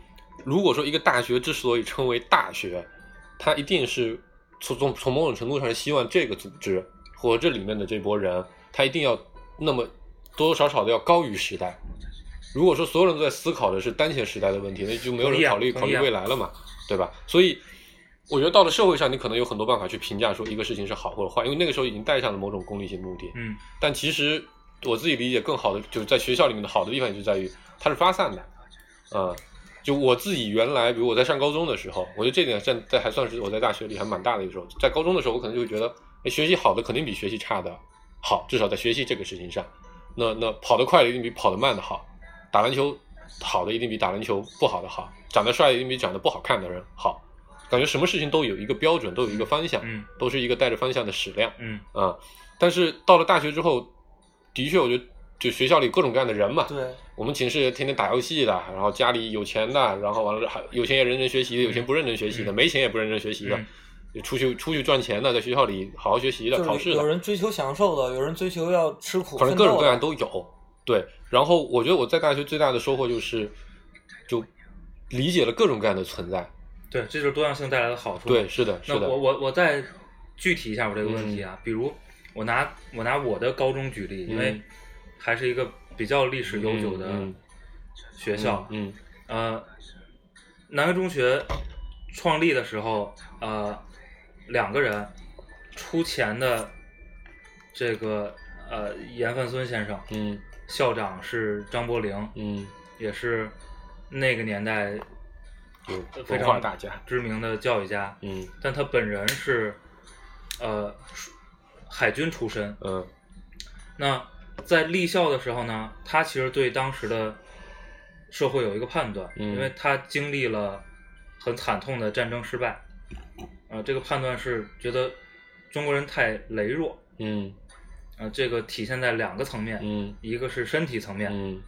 S2: 如果说一个大学之所以称为大学，它一定是从从从某种程度上是希望这个组织或者这里面的这波人，他一定要那么多多少少的要高于时代。如果说所有人都在思考的是当前时代的问题，那就没有人考虑
S4: 同意啊
S2: 考
S4: 同
S2: 虑
S4: 意啊
S2: 未来了嘛，对吧？所以我觉得到了社会上，你可能有很多办法去评价说一个事情是好或者坏，因为那个时候已经带上了某种功利性目的。
S4: 嗯，
S2: 但其实我自己理解更好的，就是在学校里面的好的地方也就在于它是发散的，嗯，就我自己原来，比如我在上高中的时候，我觉得这点站在还算是我在大学里还蛮大的一个时候，在高中的时候，我可能就会觉得，哎，学习好的肯定比学习差的好，至少在学习这个事情上，那那跑得快的一定比跑得慢的好，打篮球好的一定比打篮球不好的好，长得帅的一定比长得不好看的人好，感觉什么事情都有一个标准，都有一个方向，
S4: 嗯
S2: 都是一个带着方向的矢量。
S4: 嗯
S2: 啊、但是到了大学之后，的确，我觉得就学校里各种各样的人嘛，
S3: 对，
S2: 我们寝室天天打游戏的，然后家里有钱的，然后完了还有钱也认真学习的，有钱不认真学习的，
S4: 嗯
S2: 没钱也不认真学习的，
S4: 嗯
S2: 就出去出去赚钱的，在学校里好好学习的，
S3: 就
S2: 考
S3: 是
S2: 试
S3: 有
S2: 的，
S3: 人追求享受的，有人追求要吃苦
S2: 反
S3: 奋
S2: 正各种
S3: 斗
S2: 各
S3: 的，
S2: 样都有。对，然后我觉得我在大学最大的收获就是，就理解了各种各样的存在。
S4: 对，这就是多样性带来的好处。
S2: 对，，是的，是
S4: 那
S2: 的
S4: 我，我我再具体一下我这个问题啊，比如我拿我拿我的高中举例，因为
S2: 嗯
S4: 还是一个比较历史悠久的
S2: 嗯嗯
S4: 学校，
S2: 嗯
S4: 呃，南开中学创立的时候，呃，两个人出钱的这个呃严范孙先生，
S2: 嗯
S4: 校长是张伯苓，
S2: 嗯，
S4: 也是那个年代
S2: 有
S4: 非
S2: 文化
S4: 常
S2: 大家，
S4: 知名的教育家，
S2: 嗯
S4: 但他本人是呃海军出身，
S2: 嗯
S4: 那在立校的时候呢，他其实对当时的社会有一个判断，
S2: 嗯
S4: 因为他经历了很惨痛的战争失败，呃，这个判断是觉得中国人太羸弱，
S2: 嗯
S4: 呃，这个体现在两个层面，
S2: 嗯
S4: 一个是身体层面、
S2: 嗯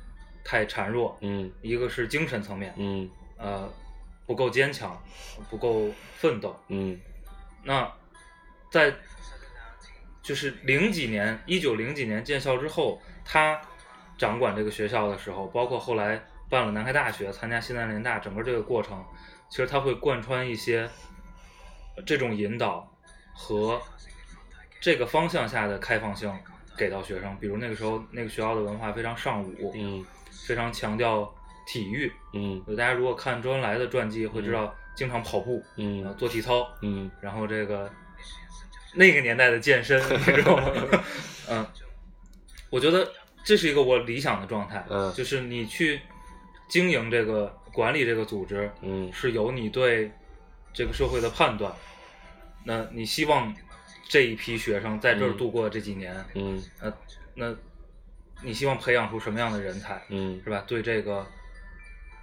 S4: 太孱弱，
S2: 嗯
S4: 一个是精神层面，
S2: 嗯
S4: 呃，不够坚强，不够奋斗。
S2: 嗯
S4: 那在就是零几年，一九零几年建校之后，他掌管这个学校的时候，包括后来办了南开大学，参加西南联大，整个这个过程，其实他会贯穿一些呃这种引导和这个方向下的开放性给到学生。比如那个时候，那个学校的文化非常尚武，
S2: 嗯
S4: 非常强调体育。
S2: 嗯
S4: 大家如果看周恩来的传记，会知道经常跑步，
S2: 嗯
S4: 呃做体操，
S2: 嗯
S4: 然后这个那个年代的健
S2: [LAUGHS]
S4: 身，你知道吗？嗯，我觉得这是一个我理想的状态，
S2: 嗯
S4: 就是你去经营这个管理这个组织，
S2: 嗯
S4: 是由你对这个社会的判断，那你希望这一批学生在这儿
S2: 嗯
S4: 度过这几年，
S2: 嗯
S4: 那那你希望培养出什么样的人才，
S2: 嗯
S4: 是吧？对这个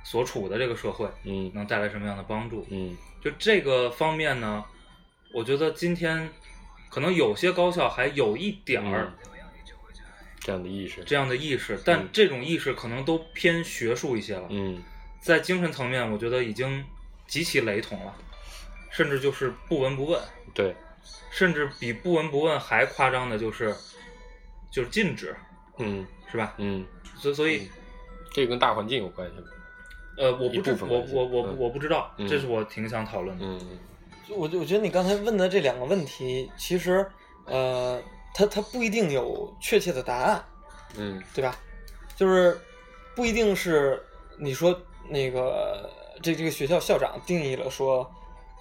S4: 所处的这个社会
S2: 嗯
S4: 能带来什么样的帮助？
S2: 嗯
S4: 就这个方面呢，我觉得今天可能有些高校还有一点儿
S2: 这样的意识，
S4: 这样的意识，但
S2: 嗯
S4: 这种意识可能都偏学术一些了。
S2: 嗯
S4: 在精神层面，我觉得已经极其雷同了，甚至就是不闻不问，
S2: 对，
S4: 甚至比不闻不问还夸张的就是就是禁止，
S2: 嗯
S4: 是吧？
S2: 嗯，
S4: 所所以。
S2: 这跟大环境有关系吗？
S4: 呃，我
S2: 嗯一
S4: 不知
S2: 部分
S4: 我
S2: 关系
S4: 我我
S2: 嗯
S4: 我不知道，
S2: 嗯
S4: 这是我挺想讨论的。
S2: 嗯
S3: 就我就我觉得你刚才问的这两个问题，其实呃，它它不一定有确切的答案，
S2: 嗯
S3: 对吧？就是不一定是你说那个这这个学校校长定义了说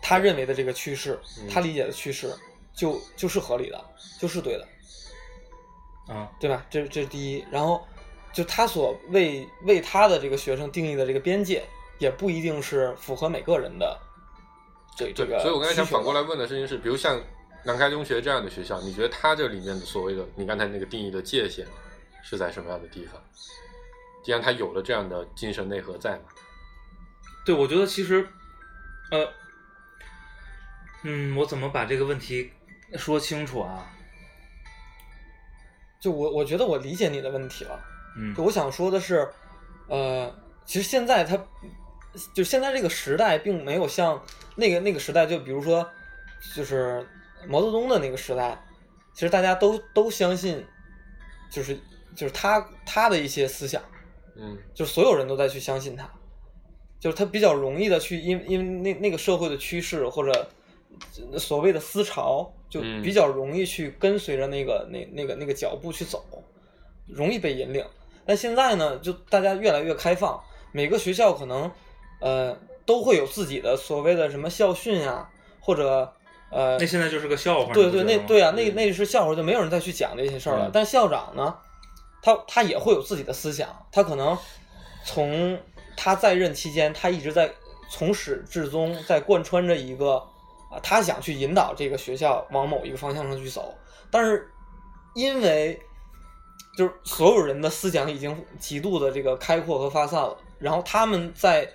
S3: 他认为的这个趋势，
S2: 嗯
S3: 他理解的趋势就就是合理的，就是对的，
S2: 嗯
S4: 啊，
S3: 对吧？这这是第一，然后就他所为为他的这个学生定义的这个边界，也不一定是符合每个人的这这
S2: 对
S3: 个。，
S2: 所以我刚才想反过来，问的事情是，比如像南开中学这样的学校，你觉得它这里面的所谓的你刚才那个定义的界限是在什么样的地方？既然它有了这样的精神内核在嘛，
S4: 对，我觉得其实，呃，嗯，我怎么把这个问题说清楚啊？
S3: 就我我觉得我理解你的问题了。
S4: 嗯
S3: 就我想说的是，呃，其实现在它就现在这个时代，并没有像那个那个时代，就比如说，就是毛泽东的那个时代，其实大家都都相信，就是就是他他的一些思想，
S2: 嗯
S3: 就是所有人都在去相信他，就是他比较容易的去因因为那那个社会的趋势或者所谓的思潮，就
S2: 嗯
S3: 比较容易去跟随着那个、那那个那个脚步去走，容易被引领。但现在呢，就大家越来越开放，每个学校可能呃都会有自己的所谓的什么校训啊，或者呃
S4: 那现在就是个笑话。
S3: 对
S4: 你不
S3: 对，
S4: 觉
S3: 那
S4: 得吗嗯
S3: 对啊，那那是笑话，就没有人再去讲这些事儿了。
S2: 嗯
S3: 但校长呢，他他也会有自己的思想，他可能从他在任期间，他一直在从始至终在贯穿着一个啊，他想去引导这个学校往某一个方向上去走，但是因为就是所有人的思想已经极度的这个开阔和发散了，然后他们在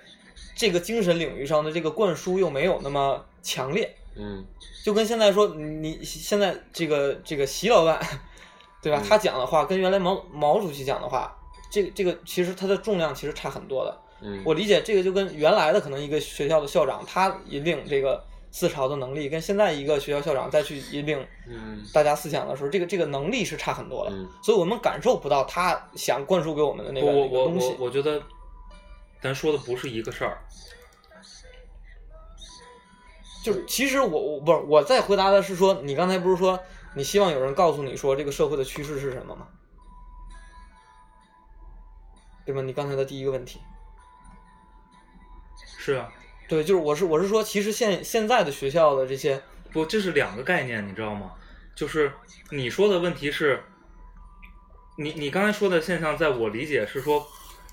S3: 这个精神领域上的这个灌输又没有那么强烈，
S2: 嗯
S3: 就跟现在说你你现在这个这个习老板，对吧？
S2: 嗯
S3: 他讲的话跟原来毛毛主席讲的话，这个、这个其实它的重量其实差很多的。
S2: 嗯，
S3: 我理解这个就跟原来的可能一个学校的校长他引领这个思潮的能力，跟现在一个学校校长再去引领
S2: 嗯
S3: 大家思想的时候，这个这个能力是差很多的。
S2: 嗯
S3: 所以我们感受不到他想灌输给我们的那个
S4: 我我
S3: 那个
S4: 我
S3: 东
S4: 我
S3: 西。
S4: 我觉得，咱说的不是一个事儿。
S3: 就是其实我我不是我在回答的是说，你刚才不是说你希望有人告诉你说这个社会的趋势是什么吗？对吗？你刚才的第一个问题，
S4: 是啊，
S3: 对，就是我是我是说，其实现现在的学校的这些，
S4: 不，这是两个概念，你知道吗？就是你说的问题是，你你刚才说的现象，在我理解是说，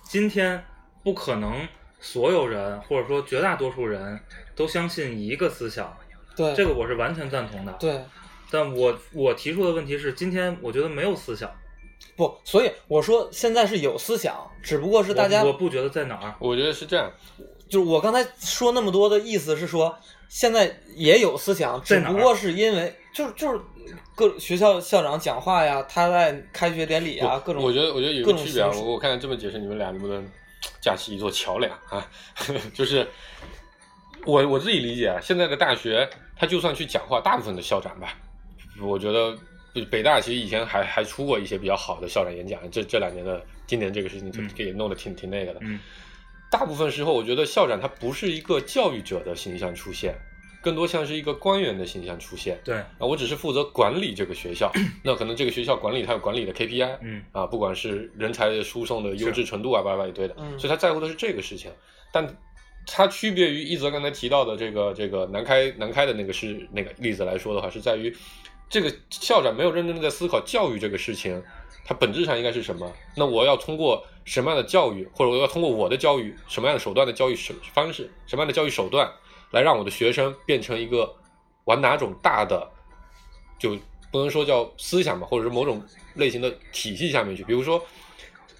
S4: 今天不可能所有人或者说绝大多数人都相信一个思想，
S3: 对
S4: 这个我是完全赞同的。
S3: 对
S4: 但我我提出的问题是，今天我觉得没有思想，
S3: 不，所以我说现在是有思想，只不过是大家
S4: 我我不觉得在哪儿。
S2: 我觉得是这样，
S3: 就是我刚才说那么多的意思是说，现在也有思想，只
S4: 在哪儿
S3: 不过是因为就是就是各学校校长讲话呀，他在开学典礼啊，
S2: 不
S3: 各种
S2: 我觉得我觉得有
S3: 各
S2: 个
S3: 种
S2: 区别啊，
S3: 形式
S2: 我我看这么解释，你们俩能不能架起一座桥梁啊？ [LAUGHS] 就是我我自己理解啊，现在的大学，他就算去讲话，大部分的校长吧，我觉得北北大其实以前还还出过一些比较好的校长演讲，这这两年的今年这个事情就
S4: 嗯
S2: 给弄得挺、挺那个的，
S4: 嗯，
S2: 大部分时候，我觉得校长他不是一个教育者的形象出现，更多像是一个官员的形象出现。
S4: 对，
S2: 啊，我只是负责管理这个学校，那可能这个学校管理它有管理的 KPI，
S4: 嗯
S2: 啊，不管是人才的输送的优质程度啊，叭叭一堆的，
S3: 嗯
S2: 所以他在乎的是这个事情，但它区别于一泽刚才提到的这个这个南开南开的那个是那个例子来说的话，是在于这个校长没有认真的在思考教育这个事情，它本质上应该是什么？那我要通过什么样的教育，或者我要通过我的教育什么样的手段的教育手方式，什么样的教育手段，来让我的学生变成一个往哪种大的，就不能说叫思想吧，或者是某种类型的体系下面去。比如说，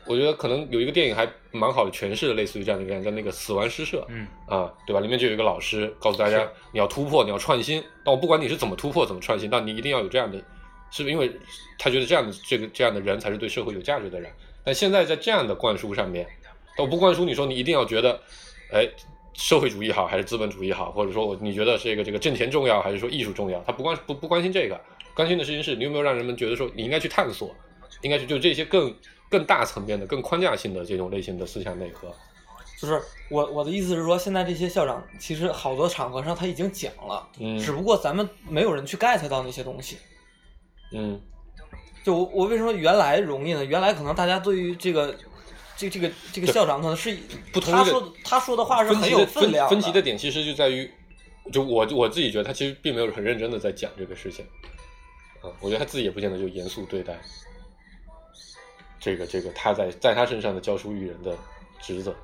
S2: 我觉得可能有一个电影还蛮好的诠释了类似于这样的一个概念，叫那个《死亡诗社》。
S4: 嗯，
S2: 啊，对吧？里面就有一个老师告诉大家
S4: 是，
S2: 你要突破，你要创新。但我不管你是怎么突破、怎么创新，但你一定要有这样的，是因为他觉得这样的这个这样的人才是对社会有价值的人。但现在在这样的灌输上面，我不灌输你说你一定要觉得，哎，社会主义好还是资本主义好，或者说我你觉得这个这个挣钱重要还是说艺术重要，他不关不不关心这个，关心的事情是你有没有让人们觉得说你应该去探索，应该去就这些更更大层面的、更框架性的这种类型的思想内核。
S3: 就是我我的意思是说，现在这些校长其实好多场合上他已经讲了，
S2: 嗯
S3: 只不过咱们没有人去 get 到那些东西。
S2: 嗯
S3: 就我我为什么原来容易呢？原来可能大家对于这个这这个这个校长可能是
S2: 不同
S3: 他
S2: 意的
S3: 说的他说的话是
S2: 分
S3: 很
S2: 歧
S3: 有
S2: 的
S3: 分量
S2: 分歧的点其实就在于，就我我自己觉得他其实并没有很认真的在讲这个事情，啊、我觉得他自己也不见得就严肃对待这个这个他在在他身上的教书育人的职责。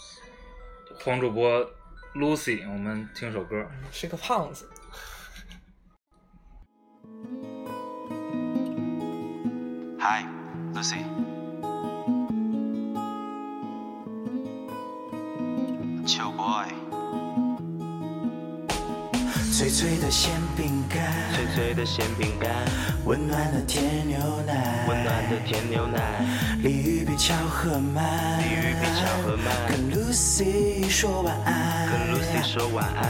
S2: [LAUGHS]
S4: 黄主播 Lucy，我们听首歌。
S3: 是个胖子。
S6: Hi, Lucy。Chill boy，
S7: 脆脆的馅饼干，
S6: 脆脆的咸饼干，
S7: 温暖的甜牛奶，
S6: 温暖的
S7: 的甜牛奶，
S8: 鲤鱼比巧合慢，
S7: 鲤鱼比巧合慢，
S8: 跟 Lucy 说晚安，
S7: 跟 Lucy 说晚安，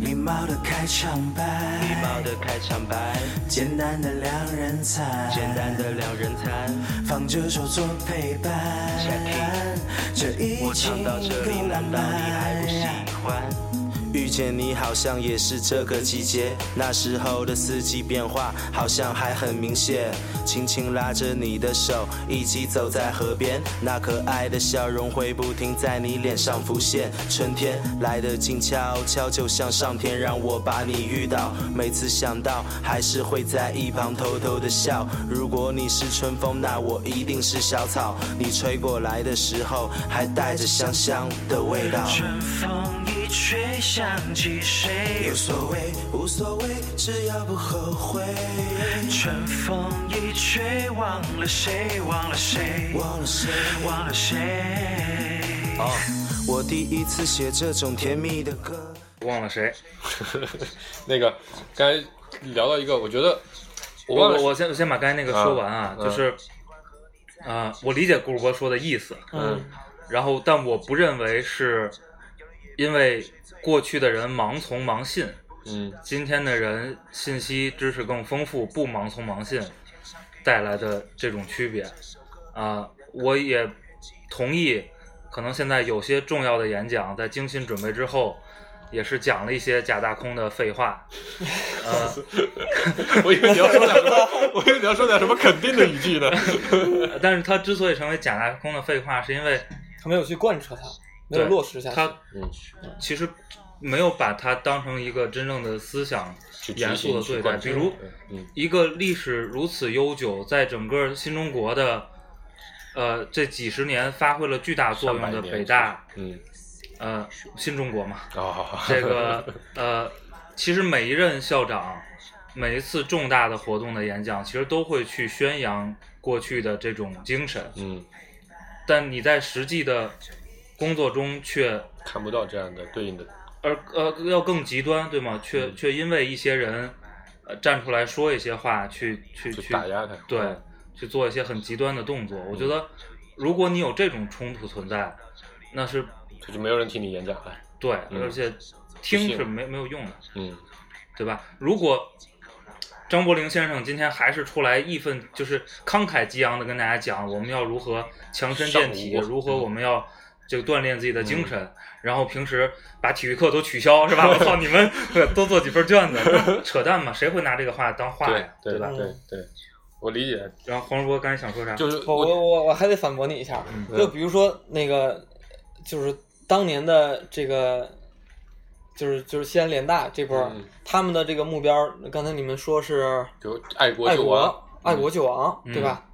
S8: 礼貌的开场白，
S7: 礼貌的开场白，
S8: 简单的两人餐，
S7: 简单的两人餐，
S8: 放这首做陪伴
S7: Checking，
S8: 这一
S7: 我唱
S8: 情
S7: 到这里，
S8: 够
S7: 难
S8: 浪
S7: 道你还不喜
S8: 漫。
S7: 欢？
S8: 遇见你好像也是这个季节，那时候的四季变化好像还很明显。轻轻拉着你的手，一起走在河边，那可爱的笑容会不停在你脸上浮现。春天来得静悄悄，就像上天让我把你遇到。每次想到，还是会在一旁偷偷的笑。如果你是春风，那我一定是小草。你吹过来的时候，还带着香香的味道。
S7: 春风一吹，想起谁
S8: 无？所谓，无所谓，只要不后悔。
S7: 春风一吹，忘了谁，忘了谁，
S8: 忘了谁？
S7: 忘了谁。
S8: 我第一次写这种甜蜜的歌。
S4: 忘了谁？
S2: 那个刚才聊到一个，我觉得我
S4: 我
S2: 忘了
S4: 我先先把刚才那个说完啊，
S2: 嗯
S4: 就是，啊、我理解顾主播说的意思，
S3: 嗯
S4: 然后但我不认为是因为过去的人盲从盲信，
S2: 嗯
S4: 今天的人信息知识更丰富，不盲从盲信带来的这种区别啊、我也同意，可能现在有些重要的演讲在精心准备之后，也是讲了一些假大空的废话，呃，
S2: 我以为你要说点什么，我以为你要说点什么肯定的语句呢。
S4: 但是它之所以成为假大空的废话，是因为
S3: 他没有去贯彻它，没有
S4: 对
S3: 落实下去。
S4: 它
S2: 嗯，
S4: 其实没有把它当成一个真正的思想
S2: 去执
S4: 严肃
S2: 行
S4: 的
S2: 去
S4: 对待，
S2: 贯
S4: 比
S2: 彻
S4: 如。
S2: 嗯
S4: 一个历史如此悠久，在整个新中国的呃这几十年发挥了巨大作用的
S2: 上百年
S4: 北大，
S2: 嗯，
S4: 呃新中国
S2: [LAUGHS]
S4: 嘛，
S2: 哦，
S4: 这个呃其实每一任校长每一次重大的活动的演讲，其实都会去宣扬过去的这种精神，
S2: 嗯，
S4: 但你在实际的工作中却
S2: 看不到这样的对应的，
S4: 而呃要更极端，对吗？却
S2: 嗯
S4: 却因为一些人呃站出来说一些话，去去
S2: 去
S4: 去
S2: 打压他。嗯
S4: 对，去做一些很极端的动作。我觉得，如果你有这种冲突存在，那是
S2: 这就没有人听你演讲了。
S4: 对，
S2: 嗯
S4: 而且听
S2: 不
S4: 是
S2: 信
S4: 没没有用的，
S2: 嗯，
S4: 对吧？如果张伯苓先生今天还是出来义愤，就是慷慨激昂的跟大家讲，我们要如何强身健体，
S2: 上午
S4: 如何
S2: 嗯
S4: 我们要。这个锻炼自己的精神，然后平时把体育课都取消，是吧？我操，你
S2: [LAUGHS]
S4: 们多做几份卷子，那扯淡嘛！谁会拿这个话当话
S2: 对
S4: 呀，
S2: 对
S4: 吧？
S3: 嗯
S2: 对对，我理解，
S4: 然后黄世波刚才想说啥？
S2: 就是
S3: 我我我我还得反驳你一下，
S4: 嗯
S3: 就比如说那个，就是当年的这个，就是就是西安联大这波儿，
S2: 嗯
S3: 他们的这个目标儿，刚才你们说是
S2: 就爱国
S3: 爱
S2: 救
S3: 国
S2: 亡，，
S3: 爱国救亡，
S4: 嗯
S3: 对吧？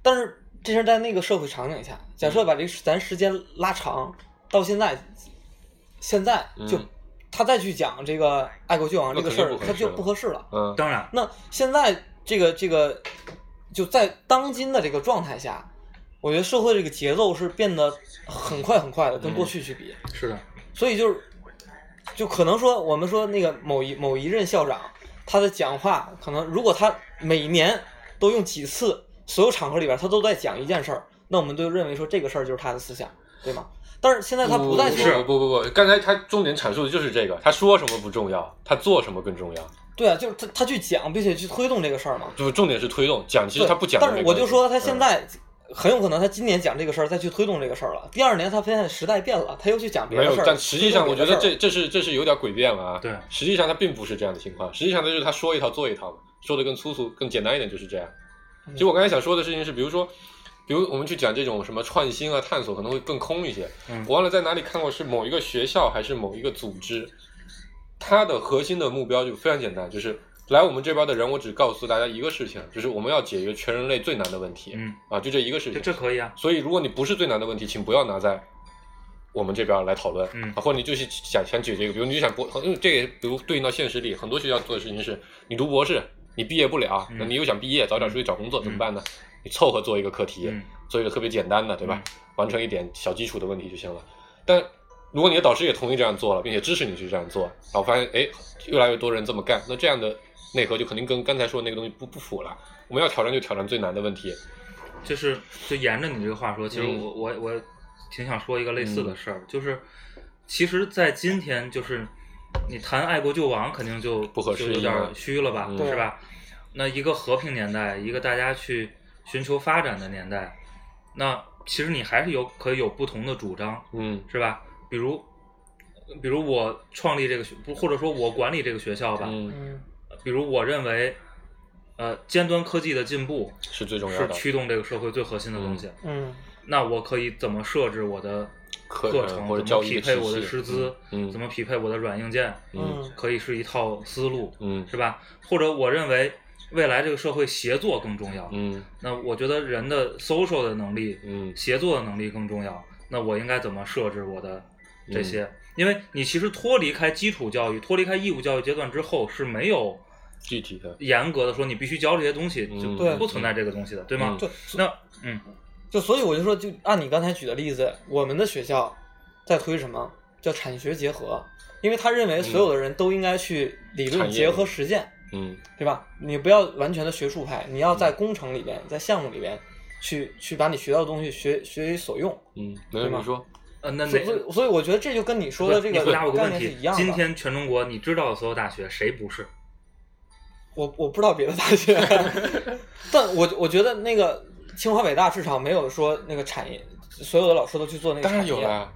S3: 但是这是在那个社会场景下，假
S2: 嗯
S3: 设把这个咱时间拉长到现在，现在就、
S2: 嗯
S3: 他再去讲这个爱国救亡这
S2: 那
S3: 个
S2: 肯
S3: 事
S2: 定
S3: 儿
S2: 不，合
S3: 他就
S2: 适
S3: 不合适了。
S2: 嗯，
S4: 当然，
S3: 那现在这个这个，就在当今的这个状态下，我觉得社会这个节奏是变得很快很快的，跟过去去比，
S4: 是的，
S3: 所以就是，就可能说我们说那个某一某一任校长，他的讲话可能如果他每年都用几次，所有场合里边他都在讲一件事儿，那我们就认为说这个事儿就是他的思想，对吗？但是现在他不再说，
S2: 不不不不，刚才他重点阐述的就是这个，他说什么不重要，他做什么更重要，
S3: 对啊，就是他他去讲并且去推动这个事儿嘛，
S2: 就是重点是推动讲，其实
S3: 对，
S2: 他不讲。
S3: 但是我就说他
S2: 嗯
S3: 现，在很有可能他今年讲这个事儿，再去推动这个事儿了。第二年他发现时代变了，他又去讲别
S2: 没
S3: 的
S2: 有
S3: 事儿。，
S2: 但实际上我
S3: 推
S2: 觉得
S3: 动别
S2: 这
S3: 的事
S2: 这是这是有点诡辩了啊。
S4: 对
S2: 实际上他并不是这样的情况，实际上他就是他说一套做一套嘛，说的更粗俗、更简单一点就是这样。
S4: 嗯
S2: 其实我刚才想说的事情是，比如说，比如我们去讲这种什么创新啊、探索，可能会更空一些。
S4: 嗯
S2: 我忘了在哪里看过，是某一个学校还是某一个组织，它的核心的目标就非常简单，就是来我们这边的人，我只告诉大家一个事情，就是我们要解决全人类最难的问题、
S4: 嗯，
S2: 啊，就这一个事
S4: 这
S2: 情。
S4: 这可以啊，
S2: 所以，如果你不是最难的问题，请不要拿在我们这边来讨论，
S4: 嗯
S2: 啊，或者你就是想想解决一个，比如你就想博，因为这个比如对应到现实里，很多学校做的事情是，你读博士，你毕业不了，
S4: 嗯
S2: 那你又想毕业，早点出去找工作，
S4: 嗯
S2: 怎么办呢？你凑合做一个课题，
S4: 嗯
S2: 做一个特别简单的，对吧？完成一点小基础的问题就行了。但如果你的导师也同意这样做了，并且支持你去这样做，然后发现哎，越来越多人这么干，那这样的内核就肯定跟刚才说的那个东西不不符了。我们要挑战就挑战最难的问题，
S4: 就是就沿着你这个话说，其实
S2: 嗯
S4: 我、我我挺想说一个类似的事儿，就是其实，在今天，就是你谈爱国救亡，肯定就
S2: 不合适
S4: 就有点
S2: 了
S4: 虚了吧，
S2: 嗯
S4: 是吧？那一个和平年代，一个大家去寻求发展的年代，那其实你还是有可以有不同的主张，
S2: 嗯
S4: 是吧？比如，比如我创立这个学，不或者说我管理这个学校吧，
S2: 嗯，
S3: 嗯
S4: 比如我认为，呃，尖端科技的进步
S2: 是最重要
S4: 是
S2: 的。
S4: 驱动这个社会最核心的东西。
S3: 嗯
S4: 那我可以怎么设置我的
S2: 课
S4: 课
S2: 程
S4: 程，
S2: 或者
S4: 怎么
S2: 教育
S4: 匹
S2: 的
S4: 配
S2: 体
S4: 我的
S2: 系
S4: 师资，
S2: 嗯嗯
S4: 怎么匹配我的软硬件，
S2: 嗯
S3: 嗯
S4: 可以是一套思路，
S2: 嗯
S4: 是吧？或者我认为未来这个社会协作更重要，
S2: 嗯
S4: 那我觉得人的 social 的能力，
S2: 嗯
S4: 协作的能力更重要。那我应该怎么设置我的
S2: 嗯
S4: 这些？因为你其实脱离开基础教育、脱离开义务教育阶段之后是没有
S2: 具体的
S4: 严格的说你必须教这些东西，
S2: 嗯
S4: 就
S3: 对
S4: 不存在这个东西的，对吗？
S2: 嗯
S3: 就
S4: 那嗯，
S3: 就所以我就说，就按你刚才举的例子，我们的学校在推什么叫产学结合，因为他认为所有的人都应该去理论
S2: 产业
S3: 结合实践，
S2: 嗯
S3: 对吧？你不要完全的学术派，你要在工程里边，在项目里边去去把你学到的东西学学以所用。
S2: 嗯，没有
S3: 吗
S2: 你说，
S4: 呃，那
S3: 所
S4: 哪
S3: 以所以所以我觉得这就跟你说的这
S4: 你
S3: 个
S4: 回答我个
S3: 概
S4: 问
S3: 念是
S4: 题
S3: 一样：的。
S4: 今天全中国你知道的所有大学谁不是？
S3: 我我不知道别的大
S2: [LAUGHS]
S3: 学，但我我觉得那个清华北大至少没有说那个产业，所有的老师都去做那个
S2: 当
S3: 产业。
S2: 然有啦。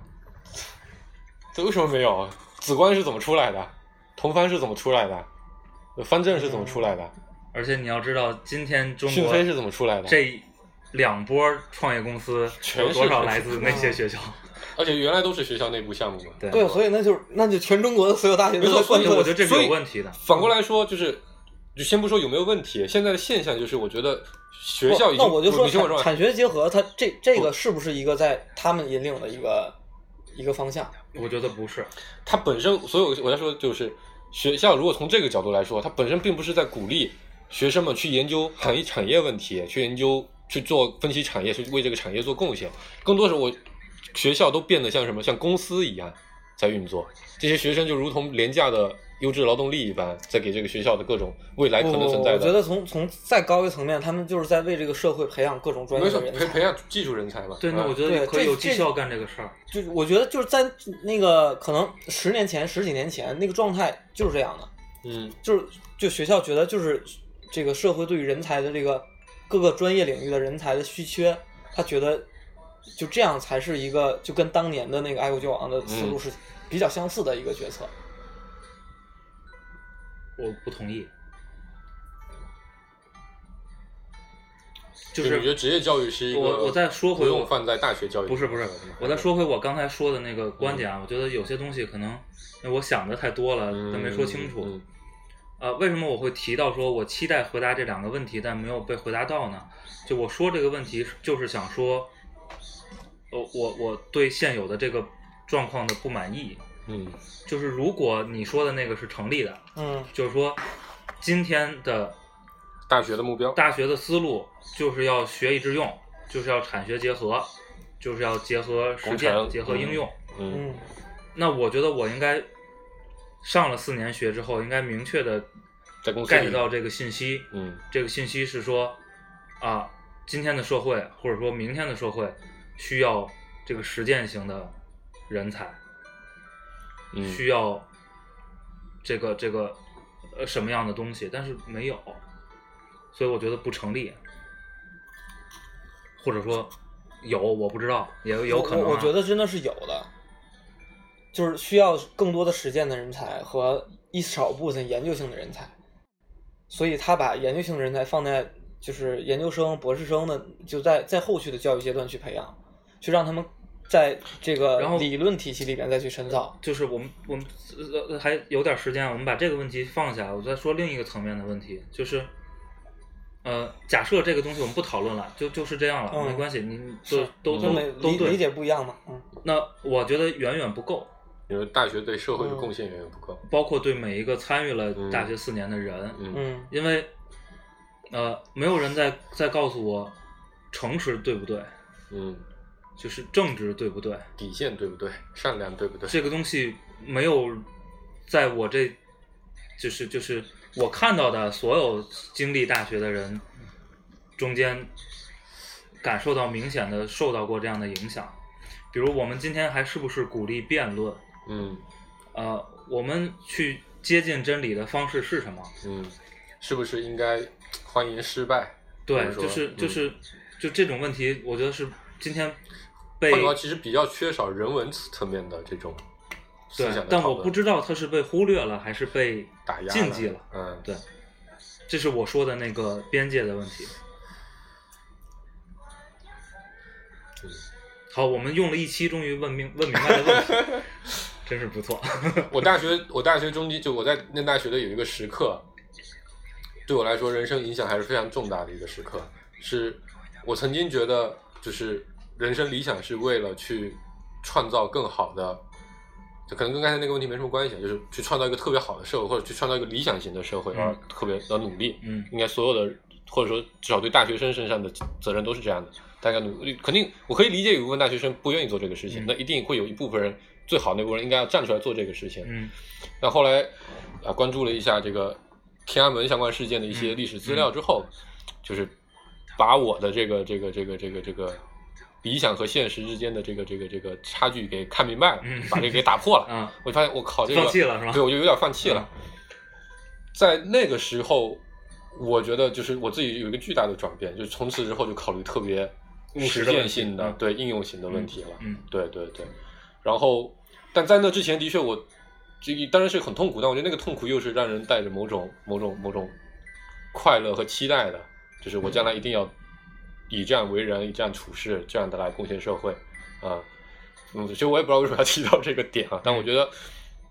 S2: 这为什么没有？子观是怎么出来的？同番是怎么出来的？方正是怎么出来的？
S4: 而且你要知道，今天中
S2: 讯
S4: 国
S2: 飞是怎么出来
S4: 嗯
S2: 的？
S4: 这两波创业公司
S2: 全
S4: 有
S2: 是啊
S4: 多少来自那些学校？
S2: 而且原来都是学校内部项目嘛。
S4: 对
S3: [LAUGHS] 对，所以那就是那就全中国的所有大学
S2: 没
S3: 都
S2: 错
S3: 在
S2: 所
S3: 贯
S2: 以
S4: 所以
S3: 彻。
S4: 我觉得这
S2: 所
S4: 是
S2: 以
S4: 有问题的。
S2: 反过来说，就是就先不说有没有问题，现在的现象就是，我觉得学校已经
S3: 那我就说
S2: 你听我说
S3: 产产
S2: 完，
S3: 学结合，它这这个是不是一个在他们引领的一个一个方向？
S4: 我觉得不是，
S2: 它本身，所以我我在说就是学校，如果从这个角度来说，它本身并不是在鼓励学生们去研究产业产业问题，去研究去做分析产业，去为这个产业做贡献，更多是我学校都变得像什么，像公司一样在运作，这些学生就如同廉价的优质劳动力一般，在给这个学校的各种未来可
S3: 不不
S2: 能
S3: 不，
S2: 存
S3: 我
S2: 在
S3: 觉
S2: 的。
S3: 得从从再高一层面，他们就是在为这个社会培养各种专
S2: 没
S3: 业
S2: 错，
S3: 的人
S2: 培
S3: 才
S2: 培。养技术人才嘛。
S4: 对，那
S2: 嗯
S4: 我觉得
S3: 对
S4: 可以
S3: 这
S4: 有绩
S3: 这
S4: 效干这个事儿。
S3: 就是我觉得就是在那个可能十年前、十几年前那个状态就是这样的，
S2: 嗯
S3: 就是就学校觉得就是这个社会对于人才的这个各个专业领域的人才的稀缺，他觉得就这样才是一个就跟当年的那个爱国救亡的思路
S2: 嗯
S3: 是比较相似的一个决策。
S4: 我不同意。就
S2: 就是我觉
S4: 是
S2: 得职业教育是一个，
S4: 我我再说回
S2: 不
S4: 我
S2: 用放在大学教育，
S4: 不是不是，我再说回我刚才说的那个观点啊，我觉得有些东西可能因为我想的太多了，
S2: 嗯，
S4: 但没说清楚
S2: 嗯。
S4: 呃，为什么我会提到说我期待回答这两个问题，但没有被回答到呢？就我说这个问题，就是想说，呃，我我对现有的这个状况的不满意。
S2: 嗯
S4: 就是如果你说的那个是成立的，
S3: 嗯
S4: 就是说今天的
S2: 大学的目标，
S4: 大学的思路就是要学以致用，就是要产学结合，就是要结合实
S2: 工
S4: 践，
S2: 程
S4: 结合应用。
S2: 嗯
S3: 嗯
S4: 那我觉得我应该上了四年学之后，应该明确的
S2: 在公司里
S4: get 到这个信息。
S2: 嗯
S4: 这个信息是说，啊，今天的社会或者说明天的社会需要这个实践型的人才，
S2: 嗯
S4: 需要这个这个呃什么样的东西，但是没有，所以我觉得不成立，或者说有我不知道，也有有可能、啊
S3: 我我觉得真的是有的，就是需要更多的实践的人才和一少部分研究性的人才，所以他把研究性的人才放在就是研究生、博士生的，就在在后续的教育阶段去培养，去让他们在这个
S4: 然后
S3: 理论体系里边再去深造。
S4: 就是我们我们呃呃还有点时间，我们把这个问题放下，我再说另一个层面的问题，就是，呃，假设这个东西我们不讨论了，就就是这样了，
S3: 嗯
S4: 没关系，你你都都
S3: 跟
S4: 都
S3: 理
S4: 都
S3: 理理
S4: 对。
S3: 解不一样嘛，嗯，
S4: 那我觉得远远不够，
S2: 你说大学对社
S4: 嗯
S2: 会的贡献远远不够，
S4: 包括对每一个参与了大学四年的人，
S2: 嗯
S3: 嗯
S4: 因为，呃，没有人在在告诉我诚实对不对，
S2: 嗯，
S4: 就是正直对不对，
S2: 底线对不对？善良对不对？
S4: 这个东西没有在我这，就是就是我看到的所有经历大学的人中间感受到明显的受到过这样的影响。比如我们今天还是不是鼓励辩论？
S2: 嗯
S4: 呃，我们去接近真理的方式是什么？
S2: 嗯，是不是应该欢迎失败？或
S4: 对，
S2: 者说
S4: 就是就
S2: 嗯
S4: 是、就这种问题，我觉得是今天被
S2: 换句话，其实比较缺少人文层面的这种思
S4: 对
S2: 想的，
S4: 但
S2: 讨
S4: 我
S2: 论
S4: 不知道它是被忽略了还是被
S2: 打压
S4: 禁忌了。
S2: 了，嗯，
S4: 对，这是我说的那个边界的问题。嗯好，我们用了一期，终于问明问明白了问题，真是不错。
S2: 我大学我大学中间就我在念大学的有一个时刻，对我来说人生影响还是非常重大的一个时刻。是我曾经觉得，就是人生理想是为了去创造更好的，就可能跟刚才那个问题没什么关系，啊就是去创造一个特别好的社会，或者去创造一个理想型的社会，
S4: 嗯
S2: 而特别要努力。
S4: 嗯
S2: 应该所有的，或者说至少对大学生身上的责任都是这样的。大家努力，肯定我可以理解有一部分大学生不愿意做这个事情，
S4: 嗯
S2: 那一定会有一部分人，最好那部分人应该要站出来做这个事情。
S4: 嗯
S2: 那后来啊，关注了一下这个天安门相关事件的一
S4: 嗯
S2: 些历史资料之后，就是把我的这个这个这个这个这个理想和现实之间的这个这个这个差距给看明白了，
S4: 嗯
S2: 把这个给打
S4: [LAUGHS]
S2: 破了。
S4: 啊，
S2: 我发现我靠，这个
S4: 放弃了是吧嗯
S2: 对，我就有点放弃了。在那个时候，我觉得就是我自己有一个巨大的转变，就是从此之后就考虑特别
S4: 务
S2: 实
S4: 实的问
S2: 践
S4: 题
S2: 性的
S4: 嗯
S2: 对应用型的问题了。
S4: 嗯
S2: 对对对，然后但在那之前，的确我这个当然是很痛苦，但我觉得那个痛苦又是让人带着某种某种某种快乐和期待的，就是我将来一定要以这样为人，以这样处事，这样的来贡献社会啊。嗯，其实我也不知道为什么要提到这个点啊，但我觉得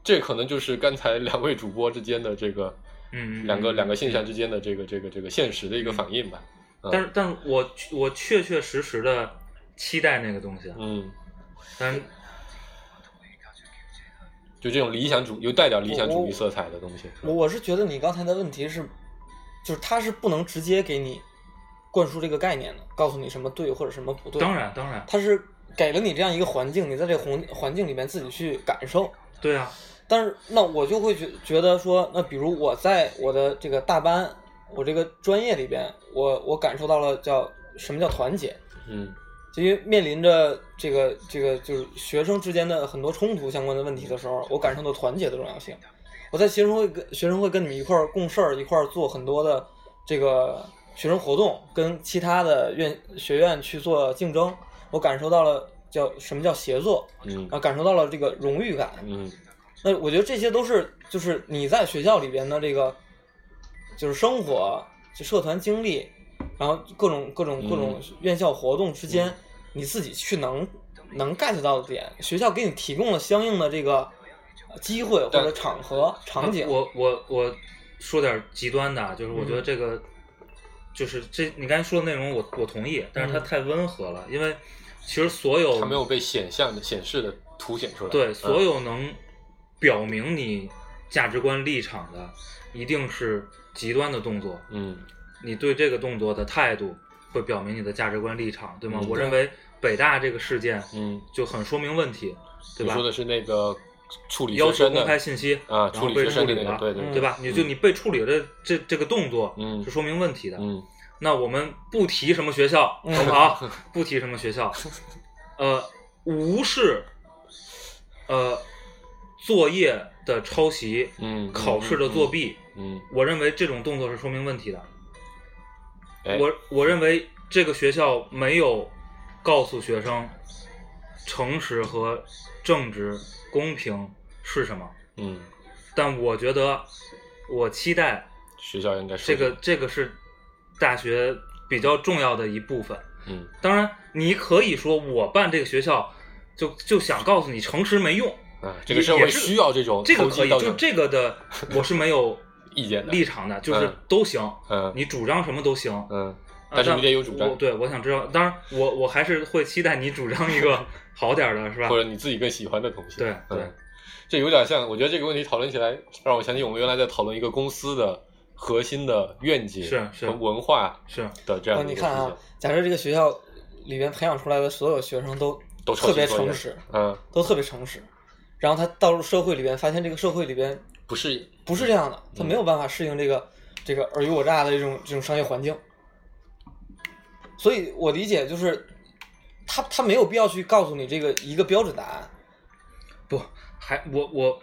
S2: 这可能就是刚才两位主播之间的这个
S4: 嗯，嗯
S2: 两个
S4: 嗯
S2: 两个现象嗯之间的这个这个这个现实的一个反应吧。
S4: 但是但是我我确确实实的期待那个东西，啊
S2: 嗯，
S4: 但是
S2: 就这种理想主有带点理想主义色彩的东西。
S3: 我我是觉得你刚才的问题是，就是他是不能直接给你灌输这个概念的，告诉你什么对或者什么不对。
S4: 当，然当然，
S3: 他是给了你这样一个环境，你在这个环环境里面自己去感受。
S4: 对啊，
S3: 但是那我就会觉觉得说，那比如我在我的这个大班，我这个专业里边，我我感受到了叫什么叫团结，
S2: 嗯
S3: 就因为面临着这个这个就是学生之间的很多冲突相关的问题的时候，我感受到团结的重要性。我在学生会跟学生会跟你们一块儿共事儿，一块儿做很多的这个学生活动，跟其他的院学院去做竞争，我感受到了叫什么叫协作，
S2: 嗯
S3: 啊，感受到了这个荣誉感。
S2: 嗯
S3: 那我觉得这些都是就是你在学校里边的这个就是生活、就社团经历，然后各种各种
S2: 嗯
S3: 各种院校活动之间，你自己去能能 get 到的点，学校给你提供了相应的这个呃机会或者
S2: 但
S3: 场合场景。
S4: 呃我我我说点极端的啊，就是我觉得这个、就是这你刚才说的内容我，我同意，但是它
S3: 嗯
S4: 太温和了，因为其实所有
S2: 它没有被显象的显示的凸显出来。
S4: 对
S2: 嗯
S4: 所有能表明你价值观立场的，一定是极端的动作。
S2: 嗯
S4: 你对这个动作的态度会表明你的价值观立场，对吗？
S2: 嗯
S4: 我认为北大这个事件
S2: 嗯，
S4: 就很说明问题，对
S2: 你
S4: 吧？
S2: 说的是那个处理
S4: 要
S2: 学
S4: 求
S2: 生的
S4: 公开信息
S2: 啊，
S4: 然
S2: 处
S4: 后
S2: 理
S4: 被
S2: 学
S4: 处
S2: 生
S4: 理
S2: 的那
S4: 了
S2: 个，对对
S4: 对
S2: 对
S4: 吧？你就你被处理了这这个动作，
S2: 嗯
S4: 是说明问题的。
S2: 嗯
S4: 那我们不提什么学校，
S3: 嗯
S4: 好不
S2: [LAUGHS]
S4: 好？不提什么学校，呃，无视，呃，作业的抄袭，
S2: 嗯嗯
S4: 考试的作弊，
S2: 嗯，
S4: 我认为这种动作是说明问题的。
S2: 哎
S4: 我我认为这个学校没有告诉学生诚实和正直、公平是什么，
S2: 嗯，
S4: 但我觉得我期待
S2: 学校应该是
S4: 这个这个是大学比较重要的一部分。
S2: 嗯
S4: 当然，你可以说我办这个学校就就想告诉你诚实没用，
S2: 啊，这个社会
S4: 也是
S2: 需要这种
S4: 这个
S2: 哦投
S4: 可
S2: 机
S4: 以，
S2: 倒
S4: 就
S2: 想
S4: 这个
S2: [LAUGHS]
S4: 的我是没有
S2: 意见的
S4: 立场的，就是
S2: 嗯
S4: 都行，
S2: 嗯
S4: 你主张什么都行。
S2: 嗯，
S4: 啊
S2: 但是你得有主
S4: 我
S2: 张，
S4: 对，我想知道，当然我我还是会期待你主张一个好点儿的，是吧
S2: 或？者你自己更喜欢的东西。
S4: 对对
S2: 嗯，这有点像，我觉得这个问题讨论起来，让我想起我们原来在讨论一个公司的核心的愿景
S4: 是是
S2: 和文化
S4: 是，
S2: 的这
S3: 然后
S2: 样的
S3: 你
S2: 一个
S3: 看啊
S2: 事情，
S3: 假设这个学校里边培养出来的所有学生都
S2: 都抄
S3: 特
S2: 袭
S3: 别
S2: 作业
S3: 诚实，
S2: 嗯，
S3: 都特别诚实，然后他到入社会里边，发现这个社会里边
S2: 不是
S3: 不是这样的，他没有办法适应这个这个尔虞我诈的这种这种商业环境，所以我理解就是，他他没有必要去告诉你这个一个标准答案，
S4: 不，还我我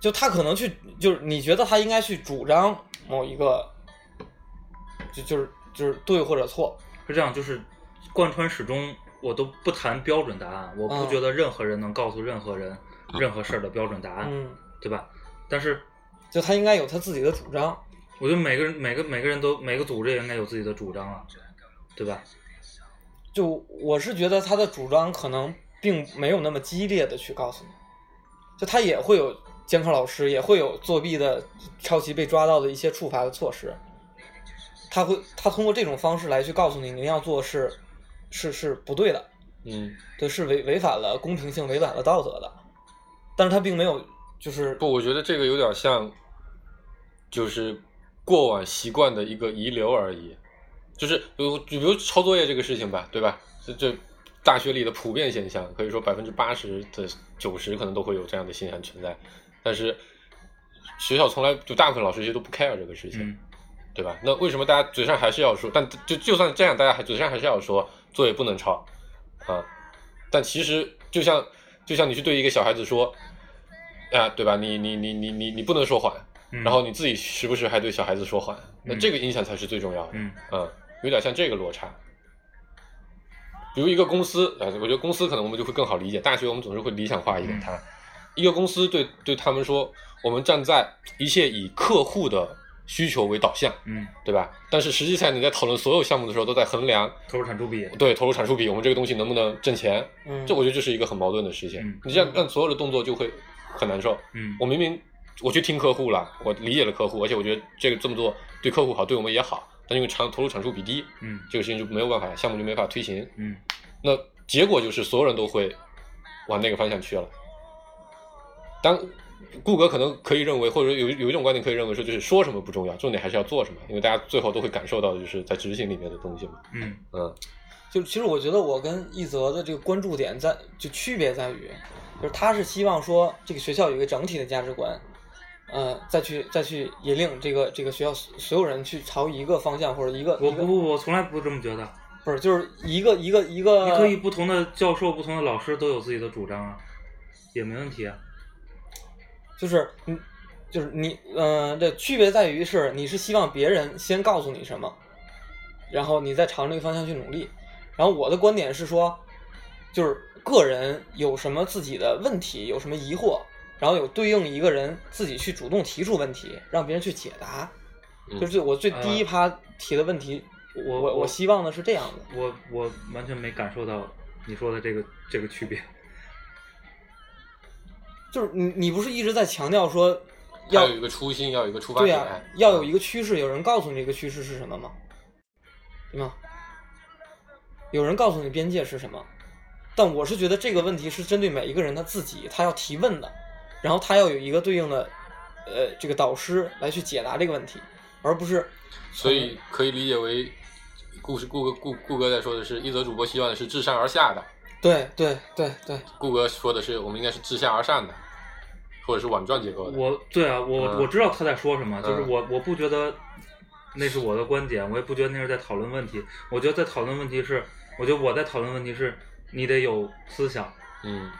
S3: 就他可能去就是你觉得他应该去主张某一个，就就是就是对或者错，
S4: 是这样，就是贯穿始终，我都不谈标准答案，我不
S3: 嗯
S4: 觉得任何人能告诉任何人
S2: 嗯
S4: 任何事儿的标准答案，
S3: 嗯，
S4: 对吧？但是
S3: 就他应该有他自己的主张，
S4: 我觉得每个人每个每个人都每个组织也应该有自己的主张了，啊对吧？
S3: 就我是觉得他的主张可能并没有那么激烈的去告诉你，就他也会有监考老师，也会有作弊的、抄袭被抓到的一些处罚的措施，他会他通过这种方式来去告诉你，你那样做是是是不对的，
S2: 嗯，
S3: 对，是违违反了公平性、违反了道德的，但是他并没有就是
S2: 不，我觉得这个有点像，就是过往习惯的一个遗留而已。就是比如比如抄作业这个事情吧，对吧？这这大学里的普遍现象，可以说百分之八十的九十可能都会有这样的现象存在。但是学校从来就大部分老师其实都不 care 这个事情，
S4: 嗯，
S2: 对吧？那为什么大家嘴上还是要说？但就就算这样，大家还嘴上还是要说作业不能抄啊。但其实就像就像你去对一个小孩子说啊，对吧？你你你你你你不能说谎，
S4: 嗯
S2: 然后你自己时不时还对小孩子说谎，那这个影响才是最重要的。
S4: 嗯
S2: 嗯，有点像这个落差。比如一个公司，啊，我觉得公司可能我们就会更好理解。大学我们总是会理想化一点
S4: 嗯
S2: 它，一个公司对对他们说，我们站在一切以客户的需求为导向，
S4: 嗯，
S2: 对吧？但是实际上你在讨论所有项目的时候，都在衡量
S4: 投入产出比，
S2: 对投入产出比，我们这个东西能不能挣钱？
S3: 嗯，
S2: 这我觉得就是一个很矛盾的事情。
S4: 嗯
S2: 你这样让所有的动作就会很难受。
S4: 嗯
S2: 我明明我去听客户了，我理解了客户，而且我觉得这个这么做对客户好，对我们也好，但因为产投入产出比低，
S4: 嗯
S2: 这个事情就没有办法，项目就没法推行。
S4: 嗯，
S2: 那结果就是所有人都会往那个方向去了。当顾哥可能可以认为，或者有有一种观点可以认为说，就是说什么不重要，重点还是要做什么，因为大家最后都会感受到的就是在执行里面的东西嘛。
S4: 嗯
S2: 嗯
S3: 就其实我觉得我跟一泽的这个关注点在就区别在于，就是他是希望说这个学校有一个整体的价值观，呃，再去再去引领这个这个学校所所有人去朝一个方向或者一个
S4: 我
S3: 一
S4: 不
S3: 个
S4: 不，我从来不这么觉得。
S3: 不是就是一个一个一个
S4: 你可以不同的教授、不同的老师都有自己的主张啊，也没问题啊。
S3: 就是你就是你嗯、呃，这区别在于是你是希望别人先告诉你什么，然后你再朝那个方向去努力。然后我的观点是说，就是个人有什么自己的问题，有什么疑惑，然后有对应一个人自己去主动提出问题，让别人去解答。
S2: 嗯
S3: 就是我最第一
S4: 呃
S3: 趴提的问题，
S4: 我
S3: 我
S4: 我
S3: 希望的是这样的。
S4: 我我完全没感受到你说的这个这个区别。
S3: 就是你你不是一直在强调说要
S2: 有一个初心，要有一个出发
S3: 对啊
S2: 点，
S3: 呀、要有一个趋势，有人告诉你这个趋势是什么吗？对吗？有人告诉你边界是什么？但我是觉得这个问题是针对每一个人他自己，他要提问的，然后他要有一个对应的，呃，这个导师来去解答这个问题，而不是
S2: 所以可以理解为故事顾哥顾顾哥在说的是一则主播希望的是自上而下的，
S3: 对对对对，
S2: 顾哥说的是我们应该是自下而上的，或者是网状结构的。
S4: 我对啊，我、
S2: 嗯
S4: 我知道他在说什么，就是
S2: 嗯
S4: 我我不觉得那是我的观点，我也不觉得那是在讨论问题。我觉得在讨论问题是，我觉得我在讨论问题是，你得有思想，
S2: 嗯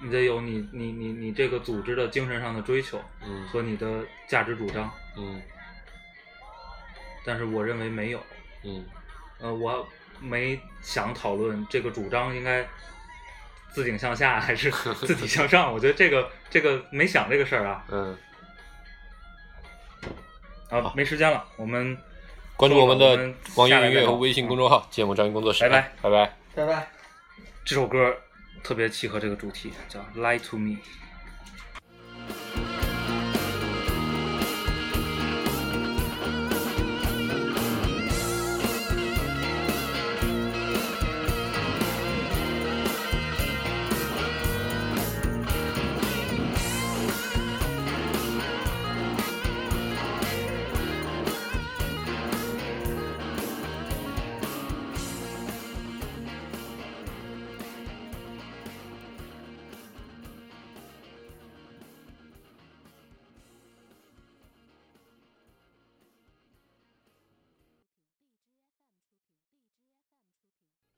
S4: 你得有你你你你这个组织的精神上的追求
S2: 嗯
S4: 和你的价值主张，
S2: 嗯
S4: 但是我认为没有。
S2: 嗯
S4: 呃，我没想讨论这个主张应该自顶向下还是 [LAUGHS] 自体向上，我觉得这个这个没想这个事儿啊
S2: 嗯，
S4: 啊，没时间了，我们
S2: 关注我们的网易
S4: 下来
S2: 云音乐
S4: 再
S2: 和
S4: 聊嗯
S2: 微信公众号“芥末章鱼工作室”。
S4: 拜拜
S2: 拜拜。
S3: 拜拜。
S4: 这首歌特别契合这个主题，叫《Lie to Me》。